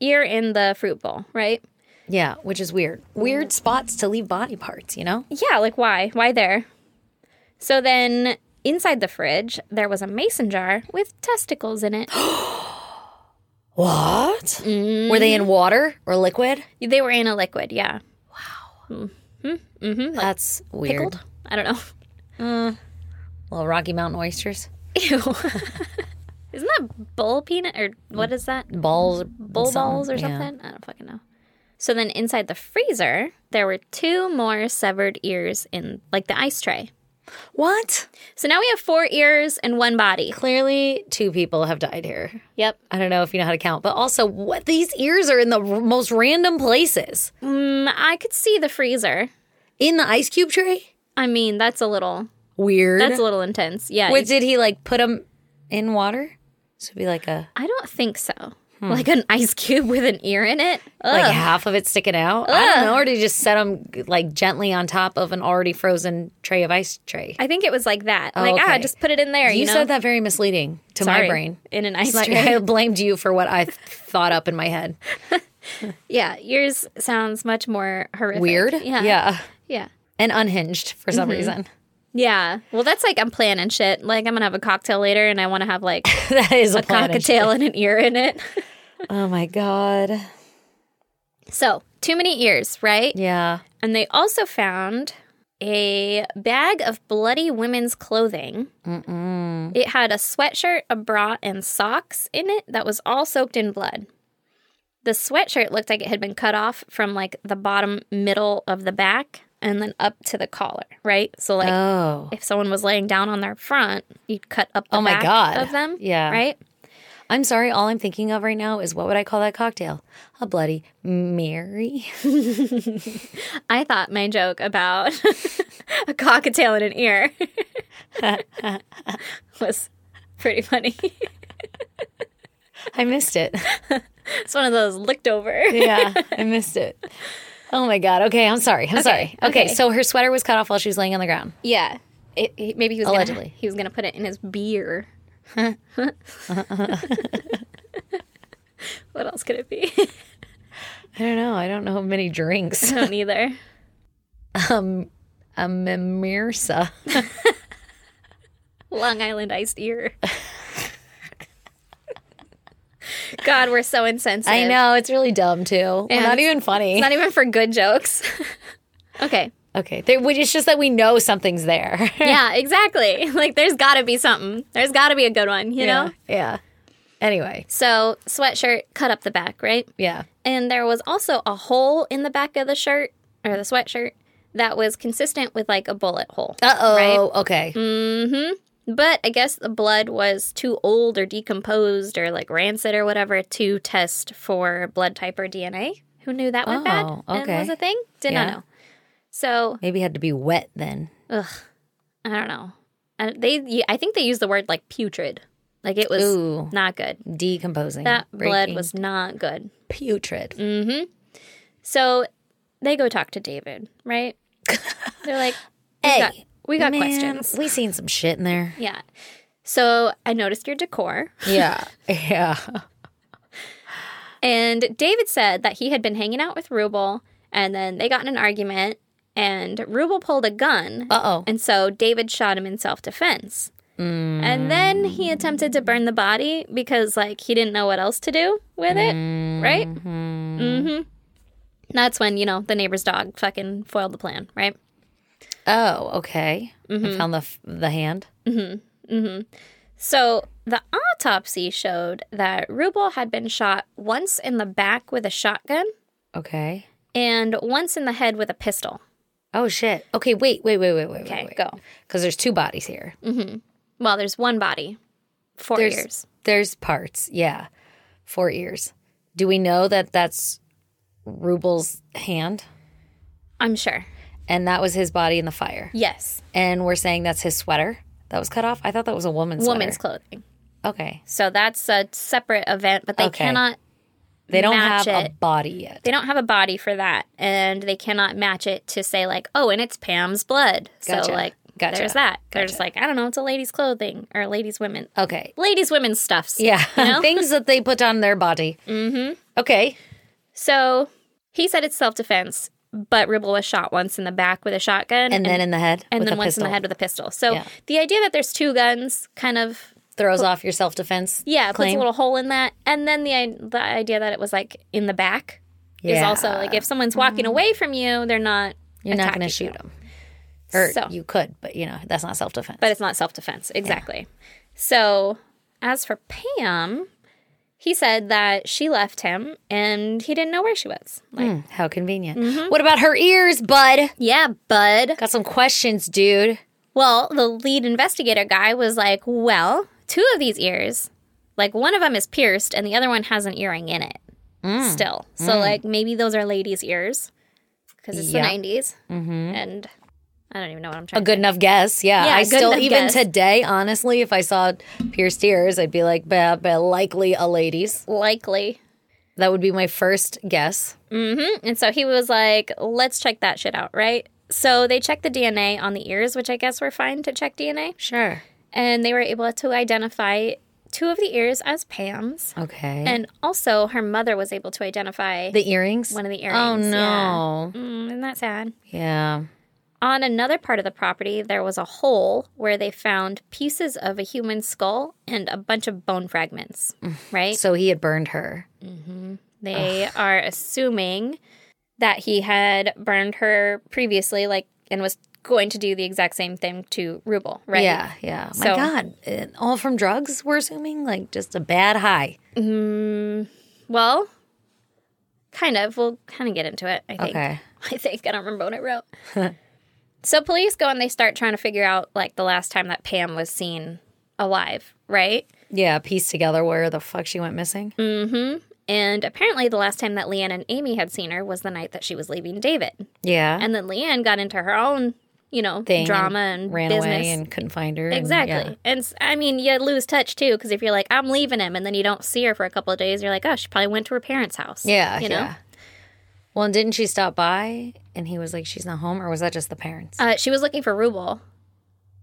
S2: Ear in the fruit bowl, right?
S1: Yeah, which is weird. Weird spots to leave body parts, you know?
S2: Yeah, like why? Why there? So then inside the fridge, there was a mason jar with testicles in it.
S1: What? Were they in water or liquid?
S2: they were in a liquid, yeah.
S1: That's weird.
S2: Pickled? I don't know.
S1: Little Rocky Mountain oysters.
S2: Ew. Isn't that bull peanut or what is that?
S1: Balls.
S2: Bull balls or something? I don't fucking know. So then inside the freezer, there were two more severed ears in like the ice tray.
S1: What?
S2: So now we have four ears and one body.
S1: Clearly, two people have died here.
S2: Yep.
S1: I don't know if you know how to count, but also, what? These ears are in the r- most random places.
S2: Mm, I could see the freezer.
S1: In the ice cube tray?
S2: I mean, that's a little
S1: Weird.
S2: that's a little intense. Yeah.
S1: Wait, did he like put them in water? So it'd be like a.
S2: I don't think so.
S1: Hmm.
S2: Like an ice cube with an ear in it.
S1: Like
S2: Ugh.
S1: half of it sticking out. I don't know. Or did he just set them like gently on top of an already frozen tray of ice tray?
S2: I think it was like that. like ah,
S1: Oh, okay.
S2: just put it in there. You,
S1: You
S2: know?
S1: said that very misleading to
S2: Sorry.
S1: my brain.
S2: in an ice
S1: It's like
S2: tray.
S1: I blamed you for what I th- thought up in my head.
S2: Yeah, yours sounds much more horrific.
S1: Weird.
S2: Yeah, Mm-hmm.
S1: Yeah.
S2: yeah,
S1: And unhinged for some reason.
S2: yeah. Well, that's like I'm planning shit. Like I'm gonna have a cocktail later, and I want to have like
S1: that is a,
S2: a cocktail and an ear in it.
S1: Oh my god.
S2: so too many ears, right?
S1: Yeah.
S2: And they also found a bag of bloody women's clothing. Mm-mm. It had a sweatshirt, a bra, and socks in it that was all soaked in blood. The sweatshirt looked like it had been cut off from like the bottom middle of the back and then up to the collar, right? So like
S1: Oh.
S2: if someone was laying down on their front, you'd cut up the
S1: Oh my
S2: back
S1: God.
S2: of them,
S1: Yeah.
S2: right?
S1: I'm sorry. All I'm thinking of right now is what would I call that cocktail? A bloody Mary.
S2: I thought my joke about a cocktail in an ear was pretty funny.
S1: I missed it.
S2: It's one of those licked over.
S1: Yeah, I missed it. Oh my god. Okay, I'm sorry. I'm sorry. Okay,
S2: okay.
S1: so her sweater was cut off while she was laying on the ground.
S2: Yeah. It, it- maybe he was
S1: Allegedly.
S2: Gonna, he was going to put it in his beer. what else could it be? I
S1: I don't know. I don't know many drinks.
S2: don't either.
S1: A Mimirsa.
S2: Long Island iced ear. God, we're so insensitive.
S1: I know it's really dumb too. Well, not
S2: it's-
S1: even funny.
S2: It's not even for good jokes. okay.
S1: okay, they, we- it's just that we know something's there.
S2: Yeah, exactly. Like there's got to be something. There's got to be a good one, you know?
S1: Yeah. Anyway.
S2: So, sweatshirt cut up the back, right?
S1: Yeah.
S2: And there was also a hole in the back of the shirt or the sweatshirt that was consistent with like a bullet hole.
S1: Uh oh. Okay.
S2: But I guess the blood was too old or decomposed or like rancid or whatever to test for blood type or DNA. Who knew that went bad
S1: Oh,
S2: and was
S1: okay.
S2: a thing? Did
S1: Yeah.
S2: not know. So,
S1: Maybe it had to be wet then.
S2: ugh, I don't know. I- They, I think they used the word like putrid. Like it was
S1: Ooh.
S2: not good.
S1: Decomposing.
S2: That blood
S1: breaking. Mm.
S2: was not good.
S1: putrid.
S2: So they go talk to David, right? They're like, we
S1: Hey,
S2: got, we got
S1: man,
S2: questions.
S1: We seen some shit in there.
S2: Yeah. So I noticed your decor.
S1: Yeah. yeah.
S2: And David said that he had been hanging out with Rubel and then they got in an argument and Rubel pulled a gun.
S1: Uh oh.
S2: And so David shot him in self defense. And then he attempted to burn the body because, like, he didn't know what else to do with it, right? Mm-hmm. That's when, you know, the neighbor's dog fucking foiled the plan, right?
S1: Oh, okay. I found the f- the hand.
S2: So the autopsy showed that Rubel had been shot once in the back with a shotgun
S1: Okay.
S2: and once in the head with a pistol.
S1: Oh shit. Okay. Wait. Wait. Wait. Wait. Wait.
S2: Okay,
S1: wait.
S2: go.
S1: Because there's two bodies here.
S2: Well, there's one body, four
S1: There's
S2: ears.
S1: there's parts. Yeah. Four ears. Do we know that that's Rubel's hand?
S2: I'm sure.
S1: And that was his body in the fire.
S2: Yes,
S1: And we're saying that's his sweater that was cut off. I thought that was a woman's
S2: woman's
S1: sweater.
S2: clothing.
S1: Okay.
S2: So that's a separate event, but they
S1: Okay.
S2: cannot.
S1: They don't
S2: Match
S1: have a
S2: it.
S1: body yet.
S2: They don't have a body for that, and they cannot match it to say like, oh, and it's Pam's blood.
S1: Gotcha.
S2: So like,
S1: Gotcha.
S2: there's that. They're just like, I don't know, it's a ladies' clothing or ladies' women, uh,
S1: Okay.
S2: ladies' women's stuffs.
S1: Yeah.
S2: you know?
S1: Things that they put on their body. Mm-hmm. Okay.
S2: So he said it's self defense, but Ribble was shot once in the back with a shotgun,
S1: And, then in the head.
S2: and
S1: with a
S2: then once
S1: pistol.
S2: in the head with a pistol. So
S1: Yeah.
S2: the idea that there's two guns kind of
S1: Throws off your self defense.
S2: Yeah, it puts a little hole in that, and then the i- the idea that it was like in the back is
S1: Yeah. Mm-hmm.
S2: also like if someone's walking away from you, they're not
S1: You're not going to
S2: attacking you.
S1: shoot him. Or
S2: So-
S1: you could, but you know, that's not self defense.
S2: but it's not self defense exactly. So as for Pam, he said that she left him and he didn't know where she was. Like,
S1: Mm, How convenient.
S2: Mm-hmm.
S1: What about her ears, bud?
S2: yeah, bud.
S1: Got some questions, dude.
S2: Well, the lead investigator guy was like, well, two of these ears, like one of them is pierced and the other one has an earring in it
S1: Mm.
S2: still. So, like, maybe those are ladies' ears because it's
S1: Yeah. Mm-hmm.
S2: the 90s. And I don't even know what I'm
S1: A
S2: trying to
S1: good enough guess. Yeah.
S2: Yeah,
S1: I
S2: a good
S1: still,
S2: enough
S1: even
S2: guess.
S1: today, honestly, if I saw pierced ears, I'd be like, bah, bah, likely a lady's.
S2: Likely.
S1: That would be my first guess.
S2: And so he was like, let's check that shit out, right? So they checked the DNA on the ears, which I guess were fine to check DNA.
S1: Sure.
S2: And they were able to identify two of the ears as Pam's.
S1: Okay.
S2: And also, her mother was able to identify
S1: the earrings?
S2: one of the
S1: Oh,
S2: earrings. yeah.
S1: no.
S2: Mm, isn't that sad?
S1: Yeah.
S2: On another part of the property, there was a hole where they found pieces of a human skull and a bunch of bone fragments, right?
S1: So he had burned her.
S2: They are assuming that he had burned her previously, like, and was going to do the exact same thing to Rubel, right?
S1: Yeah, yeah. My
S2: So-
S1: God. And all from drugs, we're assuming? Like just a bad high.
S2: Well, kind of. We'll kind of get into it, I think.
S1: Okay.
S2: I think. I don't remember what I wrote. so police go and they start trying to figure out, like, the last time that Pam was seen alive, right?
S1: Yeah, piece together where the fuck she went missing.
S2: Mm. And apparently, the last time that Leanne and Amy had seen her was the night that she was leaving David.
S1: Yeah.
S2: And then Leanne got into her own, you know,
S1: Thing
S2: drama and,
S1: ran
S2: business.
S1: away and couldn't find her. and-
S2: exactly.
S1: yeah.
S2: And s- I mean, you lose touch too, because if you're like, I'm leaving him, and then you don't see her for a couple of days, you're like, oh, she probably went to her parents' house.
S1: Yeah,
S2: You know?
S1: yeah. Well, and didn't she stop by and he was like, she's not home? Or was that just the parents?
S2: Uh, she was looking for Rubel,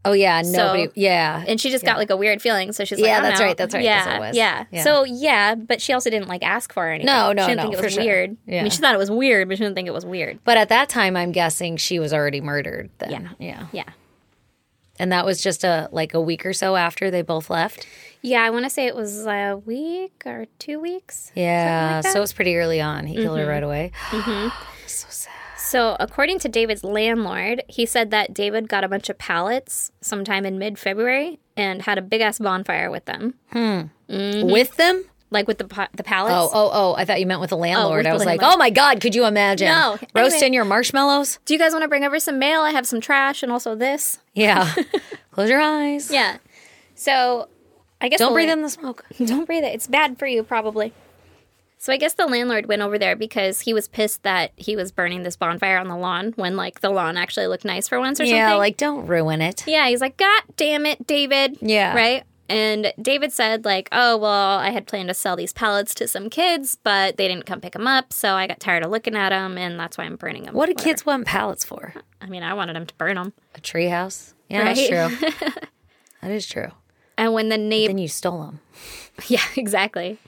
S1: oh, yeah, nobody. yeah.
S2: and she just got like a weird feeling, so she's
S1: Yeah,
S2: like, I'm
S1: that's right,
S2: out.
S1: that's right,
S2: Yeah,
S1: that's what it was.
S2: yeah,
S1: Yeah.
S2: So yeah, but she also didn't like ask for her anything.
S1: No, no,
S2: she didn't
S1: no,
S2: think it
S1: for
S2: was
S1: sure.
S2: weird. I
S1: Yeah.
S2: mean, she thought it was weird, but she didn't think it was weird.
S1: but at that time, I'm guessing she was already murdered then.
S2: Yeah.
S1: Yeah.
S2: Yeah.
S1: And that was just a like a week or so after they both left.
S2: Yeah, I want to say it was a week or two weeks.
S1: Yeah.
S2: that? Mm-hmm.
S1: so it was pretty early on. He killed her right away. so sad.
S2: So, according to David's landlord, he said that David got a bunch of pallets sometime in mid February and had a big ass bonfire with them, Mm-hmm.
S1: With them?
S2: like with the pa- the
S1: Oh,
S2: pallets.
S1: oh, oh. I thought you meant with the landlord.
S2: with
S1: I
S2: the
S1: was like,
S2: landlord.
S1: oh my God, could you imagine?
S2: No.
S1: Roasting
S2: Anyway.
S1: your marshmallows?
S2: Do you guys want to bring over some mail? I have some trash and also this.
S1: Yeah. Close your eyes.
S2: Yeah. So I guess
S1: Don't
S2: the
S1: breathe
S2: land-
S1: in the smoke.
S2: Don't breathe it. It's bad for you, probably. So I guess the landlord went over there because he was pissed that he was burning this bonfire on the lawn when like the lawn actually looked nice for once or
S1: Yeah,
S2: something.
S1: like don't ruin it.
S2: Yeah, he's like, God damn it, David.
S1: Yeah.
S2: Right? And David said, like, oh, well, I had planned to sell these pellets to some kids, but they didn't come pick them up. So I got tired of looking at them, and that's why I'm burning them.
S1: What do kids want pallets for?
S2: I mean, I wanted him to burn them.
S1: A treehouse? Yeah,
S2: Right?
S1: that's true. that is true.
S2: And when the neighbor,
S1: Then you stole them.
S2: yeah, exactly.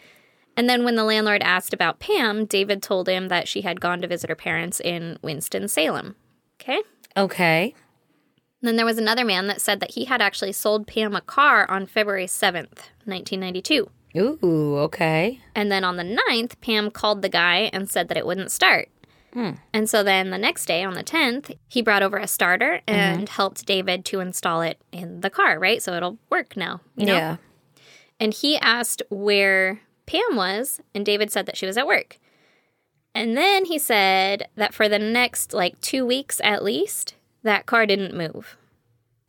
S2: And then when the landlord asked about Pam, David told him that she had gone to visit her parents in Winston-Salem. Okay.
S1: Okay.
S2: Then there was another man that said that he had actually sold Pam a car on February 7th, 1992.
S1: Ooh, okay.
S2: And then on the 9th, Pam called the guy and said that it wouldn't start. And so then the next day, on the 10th, he brought over a starter and helped David to install it in the car, right? So it'll work now, you know?
S1: Yeah.
S2: And he asked where Pam was, and David said that she was at work. And then he said that for the next like two weeks at least, that car didn't move.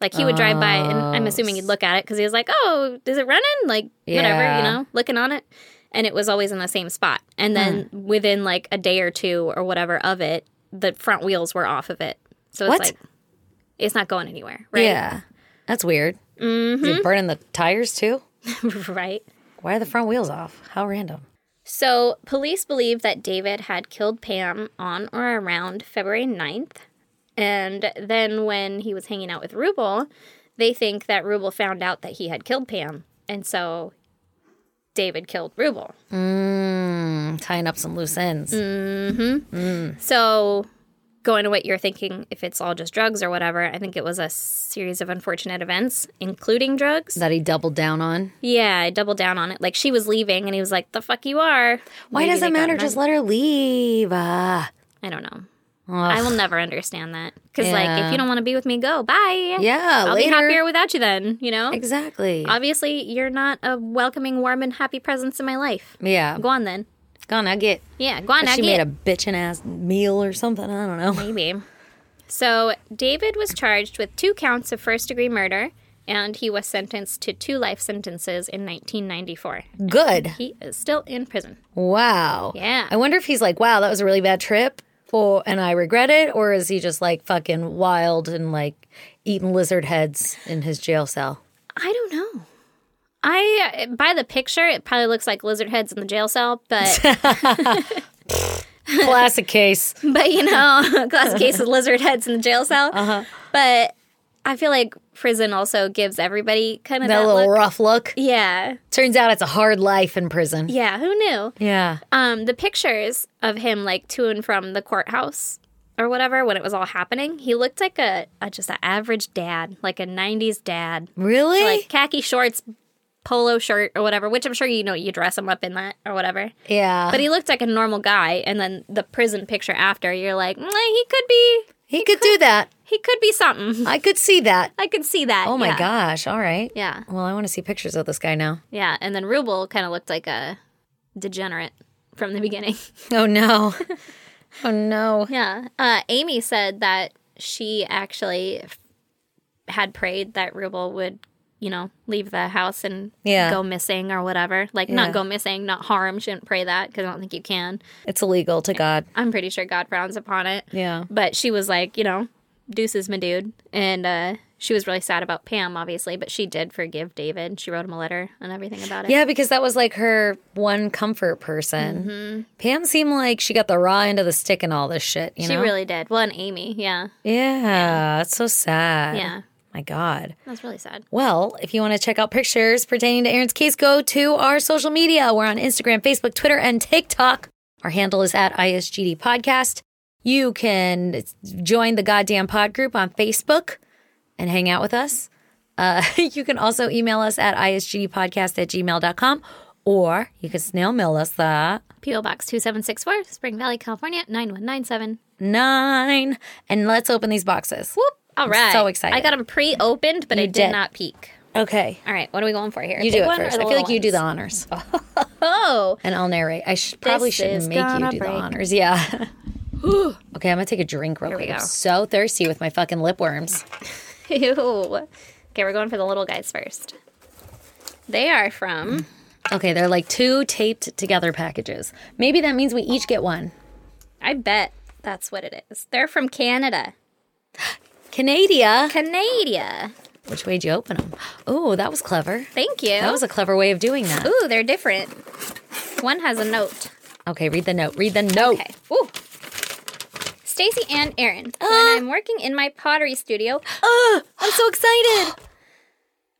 S2: Like he would drive by, and
S1: Oh,
S2: I'm assuming he'd look at it because he was like, "Oh, is it running?" Like whatever,
S1: Yeah.
S2: you know, looking on it, and it was always in the same spot. And then
S1: Hmm.
S2: within like a day or two or whatever of it, the front wheels were off of it. So it's
S1: What?
S2: like it's not going anywhere, right?
S1: Yeah. That's weird. Mm-hmm. Is it burning the tires too?
S2: right.
S1: Why are the front wheels off? How random.
S2: So, police believe that David had killed Pam on or around February 9th. And then, when he was hanging out with Rubel, they think that Rubel found out that he had killed Pam. And so, David killed Rubel.
S1: Mm, tying up some loose ends.
S2: Mm. So, going to what you're thinking, if it's all just drugs or whatever, I think it was a series of unfortunate events, including drugs.
S1: That he doubled down on.
S2: Yeah, I doubled down on it. Like, she was leaving, and he was like, The fuck you are.
S1: Why
S2: Maybe
S1: does it
S2: they got
S1: matter?
S2: him.
S1: Just let her leave. Uh,
S2: I don't know. I will never understand that. Because, like,
S1: Yeah.
S2: if you don't want to be with me, go. Bye.
S1: yeah,
S2: I'll
S1: later.
S2: be happier without you then, you know?
S1: Exactly.
S2: Obviously, you're not a welcoming, warm, and happy presence in my life.
S1: yeah.
S2: Go on then.
S1: Gonna get.
S2: Yeah, go on.
S1: Mm. She
S2: Aggie.
S1: made a bitchin' ass meal or something. I don't know.
S2: Maybe. So, David was charged with two counts of first degree murder, and he was sentenced to two life sentences in 1994.
S1: Good.
S2: He is still in prison.
S1: Wow.
S2: Yeah.
S1: I wonder if he's like, wow, that was a really bad trip, or and I regret it, or is he just like fucking wild and like eating lizard heads in his jail cell?
S2: I don't know. I by the picture, it probably looks like lizard heads in the jail cell, but
S1: Classic case.
S2: but you know, classic case of lizard heads in the jail cell. But I feel like prison also gives everybody kind of that,
S1: That little
S2: look.
S1: rough look.
S2: Yeah,
S1: Turns out it's a hard life in prison.
S2: yeah. Who knew?
S1: Yeah.
S2: Um, the pictures of him like to and from the courthouse or whatever when it was all happening, he looked like a, a just an average dad, like a '90s dad,
S1: Really?
S2: like khaki shorts, polo shirt or whatever. Which I'm sure you know you dress him up in that or whatever.
S1: yeah.
S2: But he looked like a normal guy, and then the prison picture after, you're like, "Mm, he could be,
S1: he could do that.
S2: he could be something.
S1: I could see that.
S2: I could see that.
S1: Oh my
S2: yeah.
S1: gosh. All right.
S2: Yeah,
S1: Well, I want to see pictures of this guy now.
S2: yeah. And then Rubel kind of looked like a degenerate from the beginning.
S1: Oh no. oh no.
S2: yeah. Uh, Amy said that she actually f- had prayed that Rubel would, you know, leave the house and
S1: Yeah.
S2: go missing or whatever. Like,
S1: Yeah.
S2: not go missing, not harm. Shouldn't pray that because I don't think you can.
S1: It's illegal to God.
S2: I'm pretty sure God frowns upon it.
S1: Yeah.
S2: But she was like, you know, deuces, my dude. And uh, she was really sad about Pam, obviously, but she did forgive David. She wrote him a letter and everything about it.
S1: Yeah, because that was like her one comfort person. Pam seemed like she got the raw end of the stick and all this shit. You
S2: Mm-hmm. She
S1: know?
S2: really did. Well, and Amy, yeah.
S1: yeah, it's so sad.
S2: Yeah.
S1: My God.
S2: That's really sad.
S1: Well, if you want to check out pictures pertaining to Aaron's case, go to our social media. We're on Instagram, Facebook, Twitter, and TikTok. Our handle is at ISGD Podcast. You can join the goddamn pod group on Facebook and hang out with us. Uh, you can also email us at isgdpodcast at gmail.com or you can snail mail us that
S2: P.O. Box 2764, Spring Valley, California, 9197.
S1: nine. And let's open these boxes.
S2: Whoop. All right.
S1: so excited.
S2: I got them pre opened, but I did,
S1: did.
S2: not peek.
S1: Okay.
S2: All right. What are we going for here?
S1: You
S2: Big
S1: do it
S2: one or
S1: first. I
S2: the
S1: feel
S2: little
S1: like you do
S2: ones?
S1: the honors.
S2: Oh.
S1: And I'll narrate. I should, probably
S2: This
S1: shouldn't
S2: is
S1: make you
S2: gonna
S1: do the
S2: break.
S1: honors. Yeah. okay, I'm gonna take a drink real
S2: we
S1: quick. I'm
S2: go.
S1: so thirsty with my fucking lip worms.
S2: Ew. Okay, we're going for the little guys first. They are from
S1: Okay, they're like two taped together packages. Maybe that means we each get one.
S2: I bet that's what it is. They're from Canada.
S1: Canada.
S2: Canada.
S1: Which way would you open them? Oh, that was clever.
S2: Thank you.
S1: That was a clever way of doing that.
S2: Ooh, they're different. One has a note.
S1: Okay, read the note. Read the note.
S2: Okay. Ooh. Stacy and Aaron.
S1: Uh.
S2: When I'm working in my pottery studio,
S1: Oh, I'm so excited.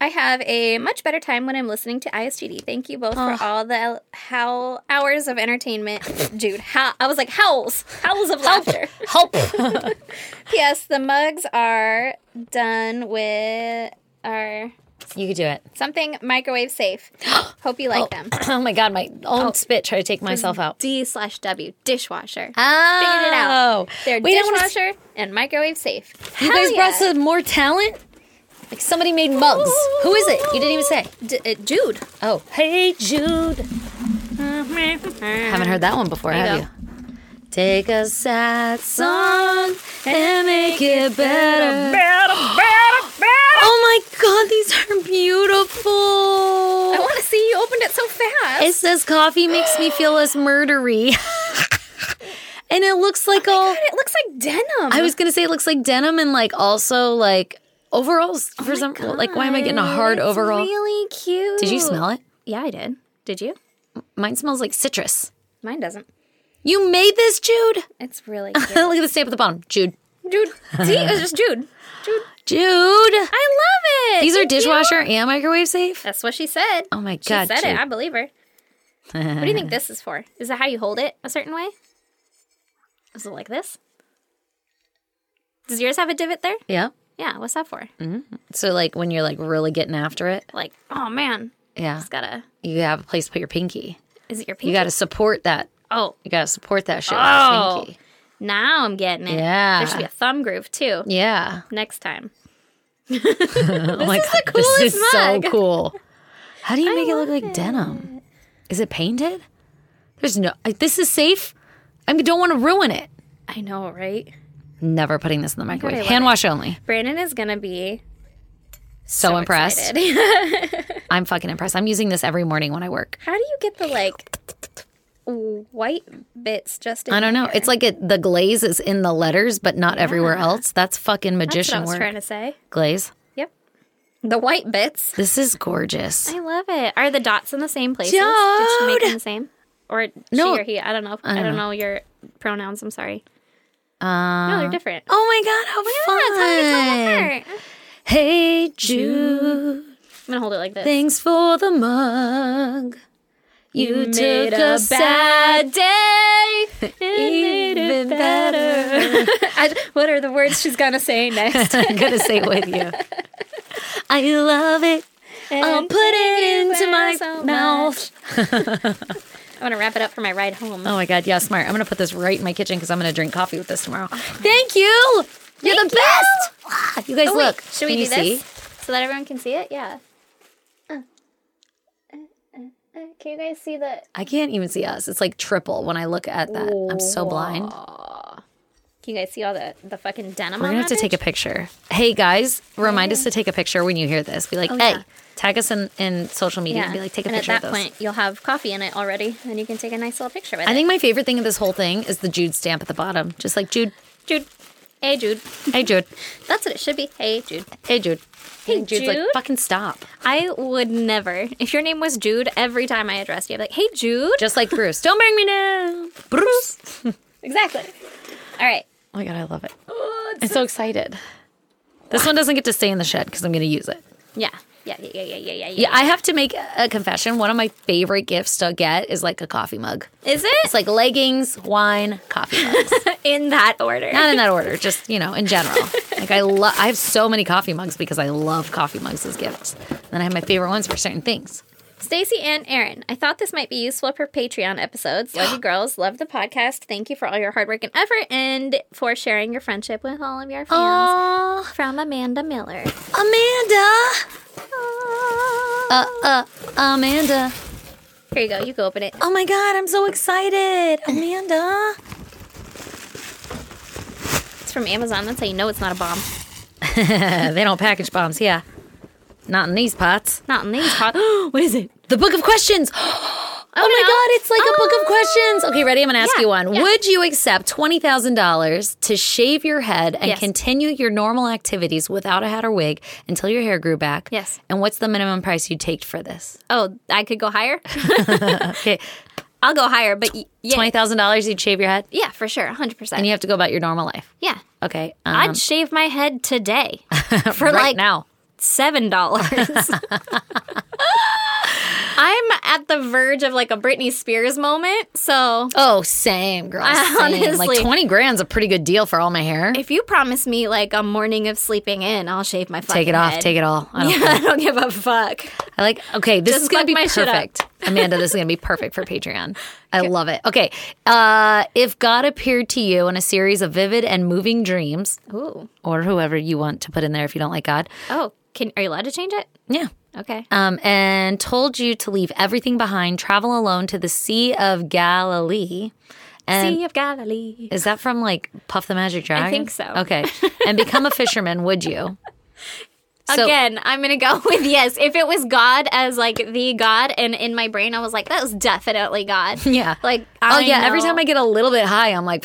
S2: I have a much better time when I'm listening to ISGD. Thank you both for all the howl hours of entertainment, dude. How- I was like howls, howls of laughter.
S1: Help.
S2: P.S. The mugs are done with are
S1: you could do it.
S2: something microwave safe. Hope you like them.
S1: Oh my god, my own spit tried to take myself out.
S2: D slash W dishwasher.
S1: Oh.
S2: Figured it out. They're
S1: We don't wanna s-
S2: dishwasher and microwave safe.
S1: You
S2: Hell
S1: guys
S2: yeah.
S1: brought some more talent? Like somebody made mugs. Who is it? You didn't even say.
S2: D- uh, Jude.
S1: Oh, hey Jude.
S2: Haven't
S1: Haven't heard that one before,
S2: There
S1: have
S2: you
S1: you? Take a sad song and make it better. Oh my god, these are
S2: I
S1: beautiful.
S2: want to see you opened it so fast.
S1: It says coffee makes me feel less murdery. and it looks like all
S2: Oh God, it looks like denim.
S1: I was gonna say it looks like denim and like also like overalls
S2: Oh
S1: for some like why am I getting a hard
S2: It's
S1: overall?
S2: Really cute.
S1: Did you smell it?
S2: Yeah, I did. Did you?
S1: Mine smells like citrus.
S2: Mine doesn't.
S1: You made this, Jude?
S2: It's really cute.
S1: Look at the stamp at the bottom. Jude.
S2: Jude. See, it was just Jude. Jude.
S1: Jude.
S2: I love it.
S1: These are
S2: Thank you.
S1: dishwasher and microwave safe?
S2: That's what she said.
S1: Oh my
S2: she
S1: God,
S2: said
S1: Jude.
S2: it. I believe her. What do you think this is for? Is it how you hold it a certain way? Is it like this? Does yours have a divot there?
S1: Yeah.
S2: Yeah. What's that for?
S1: Mm. So like when you're like really getting after it.
S2: Like, oh man,
S1: Yeah.
S2: it's got a.
S1: You have a place to put your pinky.
S2: Is it your pinky?
S1: You gotta support that.
S2: oh,
S1: You gotta support that shit. with your
S2: Oh.
S1: pinky.
S2: now I'm getting it.
S1: Yeah.
S2: There should be a thumb groove too.
S1: Yeah.
S2: Next time.
S1: oh my god, this
S2: coolest
S1: is so
S2: mug.
S1: cool. How do you make it look like denim? Is it painted? There's no. I- This is safe. I don't want to ruin it.
S2: I know, right?
S1: Never putting this in the
S2: I
S1: microwave.
S2: love
S1: Hand
S2: it.
S1: wash only.
S2: Brandon is gonna be
S1: So, impressed.
S2: excited.
S1: I'm fucking impressed. I'm using this every morning when I work.
S2: How do you get the like white bits just? In
S1: I don't know.
S2: there?
S1: It's like it, the glaze is in the letters, but not everywhere else. That's fucking
S2: That's what I
S1: magician
S2: was
S1: work.
S2: trying to say.
S1: glaze.
S2: Yep. The white bits.
S1: This is gorgeous.
S2: I love it. Are the dots in the same places? Did she make them the same? Or
S1: No.
S2: she or he? I don't know. I don't, know. your pronouns. I'm sorry.
S1: Uh,
S2: No, they're different.
S1: oh my god, how fun!
S2: I'm
S1: hey Jude.
S2: gonna hold it like this.
S1: Thanks for the mug. You, took
S2: made
S1: a,
S2: a
S1: bad day even
S2: Even
S1: better.
S2: I- what are the words she's gonna say next?
S1: I'm gonna say it with you. I love it. I'll
S2: Um,
S1: put it into my
S2: so
S1: mouth.
S2: I want to wrap it up for my ride home.
S1: Oh my god, yeah, smart. I'm gonna put this right in my kitchen because I'm gonna drink coffee with this tomorrow. Thank you. You're the best. Ah, You guys
S2: Oh, wait.
S1: look.
S2: Should we
S1: Can
S2: do
S1: you
S2: this
S1: see?
S2: so that everyone can see it? Yeah. Uh, uh, uh, uh, Can you guys see the?
S1: I can't even see us. It's like triple when I look at that. I'm so blind.
S2: Can you guys see all the the fucking denim?
S1: We're
S2: on
S1: gonna have to
S2: that
S1: take a picture. Hey guys, remind us to take a picture when you hear this. Be like, hey,
S2: Oh, yeah.
S1: tag us in, in social media and be like, take a
S2: and
S1: picture
S2: at that
S1: of this.
S2: point, you'll have coffee in it already, and you can take a nice little picture with
S1: I
S2: it.
S1: think my favorite thing of this whole thing is the Jude stamp at the bottom. Just like Jude,
S2: Jude, hey Jude,
S1: hey Jude,
S2: that's what it should be. Hey Jude,
S1: hey Jude.
S2: Hey,
S1: And Jude's like,
S2: Jude.
S1: fucking stop.
S2: I would never. If your name was Jude, every time I addressed you, I'd be like, hey Jude.
S1: Just like Bruce. Don't bring me down. Bruce.
S2: Oh exactly. All right.
S1: Oh my god, I love it. I'm so excited. This one doesn't get to stay in the shed because I'm gonna use it.
S2: Yeah. Yeah. Yeah. Yeah. Yeah. Yeah. Yeah.
S1: Yeah, I have to make a confession. One of my favorite gifts to get is like a coffee mug.
S2: Is it
S1: It's like leggings, wine, coffee mugs.
S2: in that order?
S1: Not in that order, just you know, in general. Like I love, I have so many coffee mugs because I love coffee mugs as gifts. Then I have my favorite ones for certain things.
S2: Stacy and Aaron, I thought this might be useful for Patreon episodes. Love you girls. Love the podcast. Thank you for all your hard work and effort and for sharing your friendship with all of your fans.
S1: Oh,
S2: From Amanda Miller.
S1: Amanda. Uh, uh, Amanda.
S2: Here you go. You can open it.
S1: Oh my God, I'm so excited, Amanda.
S2: It's from Amazon. That's how you know it's not a bomb.
S1: Uh, they don't package bombs. Yeah. Not in these pots.
S2: Not in these pots. what is it?
S1: The book of questions. Oh, my
S2: no. Ah.
S1: God, it's like a book of questions. Okay, ready? I'm going to ask
S2: Yeah,
S1: you one.
S2: yeah.
S1: Would you accept $20,000 to shave your head and
S2: Yes.
S1: continue your normal activities without a hat or wig until your hair grew back?
S2: Yes.
S1: And what's the minimum price you'd take for this?
S2: Oh, I could go higher.
S1: Okay,
S2: I'll go higher, but y- yeah,
S1: $20,000 you'd shave your head
S2: yeah, for sure, hundred
S1: and
S2: percent.
S1: you have to go about your normal life.
S2: Yeah,
S1: Okay. Um,
S2: I'd shave my head today for
S1: right
S2: like
S1: now.
S2: seven dollars. I'm at the verge of like a Britney Spears moment, so
S1: Oh, same, girl. Same.
S2: honestly-
S1: Like 20 grand's a pretty good deal for all my hair.
S2: if you promise me like a morning of sleeping in, I'll shave my fucking
S1: Take it off. Take it all. I don't care.
S2: I don't give a fuck.
S1: I like. Okay, this
S2: Just
S1: is gonna
S2: fuck
S1: be
S2: my shit up.
S1: perfect, Amanda. This is gonna be perfect for Patreon. I love it. Okay, uh, if God appeared to you in a series of vivid and moving dreams,
S2: Ooh.
S1: or whoever you want to put in there if you don't like God,
S2: Oh, can are you allowed to change it?
S1: yeah.
S2: Okay.
S1: Um, and told you to leave everything behind, travel alone to the Sea of Galilee. And
S2: sea of Galilee.
S1: is that from like Puff the Magic Dragon?
S2: think so.
S1: Okay. And become a fisherman, would you? So-
S2: Again, I'm gonna go with yes. If it was God as like the God, and in my brain I was like, that was definitely God.
S1: Yeah.
S2: Like,
S1: oh
S2: I
S1: yeah. Every
S2: know.
S1: time I get a little bit high, I'm like,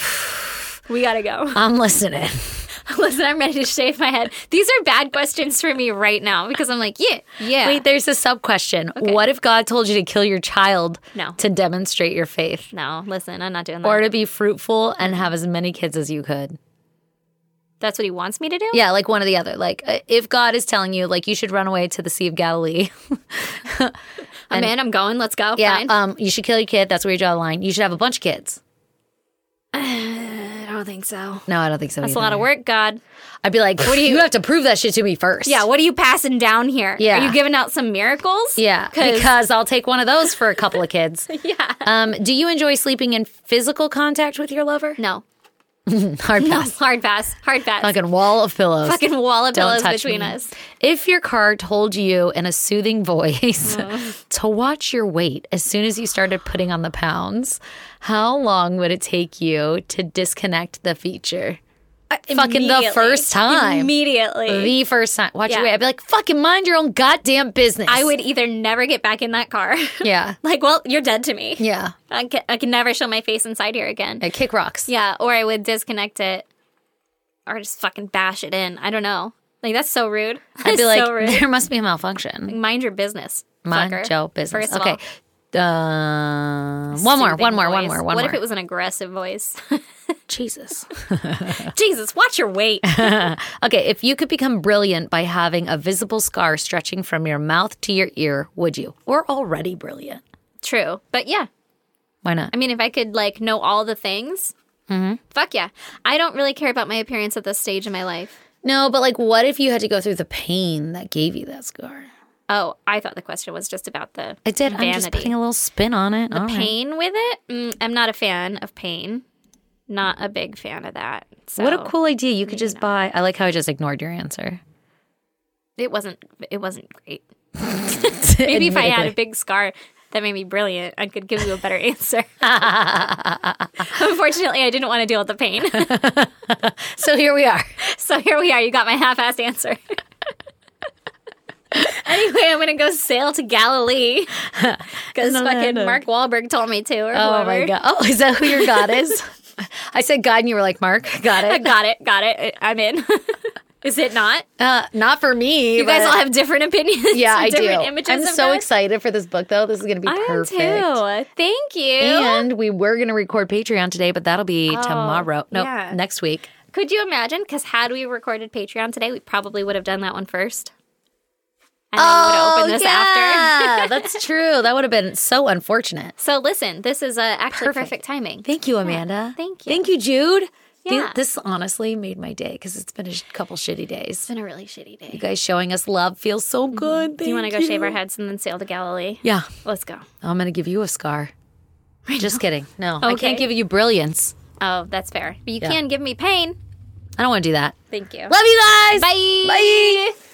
S2: we gotta go.
S1: I'm listening.
S2: Listen, I'm ready to shave my head. These are bad questions for me right now because I'm like, yeah, yeah.
S1: Wait, there's a sub question. What if God told you to kill your child
S2: No.
S1: to demonstrate your faith?
S2: no, listen, I'm not doing that.
S1: Or to be fruitful and have as many kids as you could.
S2: That's what he wants me to do.
S1: Yeah, like one or the other. Like uh, if God is telling you, like you should run away to the Sea of Galilee.
S2: I'm in. I'm going. Let's go.
S1: yeah,
S2: Fine.
S1: um, you should kill your kid. That's where you draw the line. You should have a bunch of kids.
S2: I don't think so.
S1: No, I don't think so.
S2: It's a lot of work, God.
S1: I'd be like, what do you? You have to prove that shit to me first.
S2: Yeah, what are you passing down here?
S1: Yeah.
S2: Are you giving out some miracles?
S1: Yeah,
S2: 'Cause-
S1: because I'll take one of those for a couple of kids.
S2: Yeah.
S1: Um, do you enjoy sleeping in physical contact with your lover?
S2: No.
S1: Hard
S2: No.
S1: pass.
S2: Hard pass. Hard pass.
S1: Fucking wall of pillows.
S2: Fucking wall of
S1: Don't
S2: pillows
S1: touch
S2: between
S1: me.
S2: us.
S1: If your car told you in a soothing voice to watch your weight as soon as you started putting on the pounds, how long would it take you to disconnect the feature? Fucking the
S2: Immediately.
S1: first time.
S2: Immediately.
S1: The first time. Watch your
S2: Yeah.
S1: weight. I'd be like, fucking mind your own goddamn business.
S2: I would either never get back in that car.
S1: Yeah.
S2: like, well, you're dead to me.
S1: Yeah.
S2: I, can, I can never show my face inside here again.
S1: Yeah, kick rocks.
S2: Yeah, or I would disconnect it or just fucking bash it in. I don't know. Like, that's so rude.
S1: I'd
S2: That's
S1: be like,
S2: so rude.
S1: there must be a malfunction.
S2: Mind your business.
S1: Mind
S2: fucker.
S1: your business.
S2: First of
S1: okay.
S2: all.
S1: Um, one more, one
S2: Soothing
S1: more, one
S2: voice.
S1: more, one
S2: what
S1: more.
S2: if it was an aggressive voice?
S1: Jesus?
S2: Jesus, watch your weight.
S1: Okay, if you could become brilliant by having a visible scar stretching from your mouth to your ear, would you? We're already brilliant.
S2: True. But yeah,
S1: Why not?
S2: I mean, if I could like know all the things,
S1: Mm-hmm.
S2: fuck yeah. I don't really care about my appearance at this stage in my life.
S1: No, but like, what if you had to go through the pain that gave you that scar?
S2: Oh, I thought the question was just about the
S1: I did.
S2: vanity.
S1: I'm just putting a little spin on it. All right.
S2: pain with it. Mm, I'm not a fan of pain. Not a big fan of that. So
S1: What a cool idea! You could just buy. I like how I just ignored your answer.
S2: It wasn't. It wasn't great. Maybe if I had a big scar that made me brilliant, I could give you a better answer. Unfortunately, I didn't want to deal with the pain.
S1: so here we are.
S2: So here we are. You got my half-assed answer. anyway, I'm gonna go sail to Galilee because
S1: No, no,
S2: fucking
S1: no.
S2: Mark Wahlberg told me to, or
S1: Oh
S2: whoever.
S1: my god! Oh, is that who your god is? I said God, and you were like Mark. Got
S2: I
S1: it.
S2: got it. Got it. I'm in. Is it not?
S1: Uh, not for me.
S2: You guys all have different opinions.
S1: Yeah, I
S2: and
S1: do.
S2: different Images
S1: I'm
S2: of
S1: so
S2: God?
S1: excited for this book, though. This is going to be
S2: I am
S1: perfect.
S2: too. Thank you.
S1: And we were going to record Patreon today, but that'll be tomorrow. No,
S2: yeah.
S1: next week.
S2: Could you imagine? Because had we recorded Patreon today, we probably would have done that one first. And
S1: Oh,
S2: then we would have opened this after.
S1: that's true. That would have been so unfortunate.
S2: So listen, this is uh, actually perfect, timing.
S1: Thank you, Amanda.
S2: thank you.
S1: Thank you, Jude. Th-
S2: Yeah.
S1: This honestly made my day because it's been a sh- couple shitty days.
S2: It's been a really shitty day.
S1: You guys showing us love feels so good.
S2: Do you want to go shave our heads and then sail to Galilee?
S1: Yeah,
S2: Let's go.
S1: I'm going to give you a scar. Just kidding. No, I
S2: Okay.
S1: can't give you brilliance.
S2: Oh, that's fair. But you
S1: Yeah.
S2: can give me pain.
S1: I don't want to do that.
S2: Thank you.
S1: Love you guys. Bye.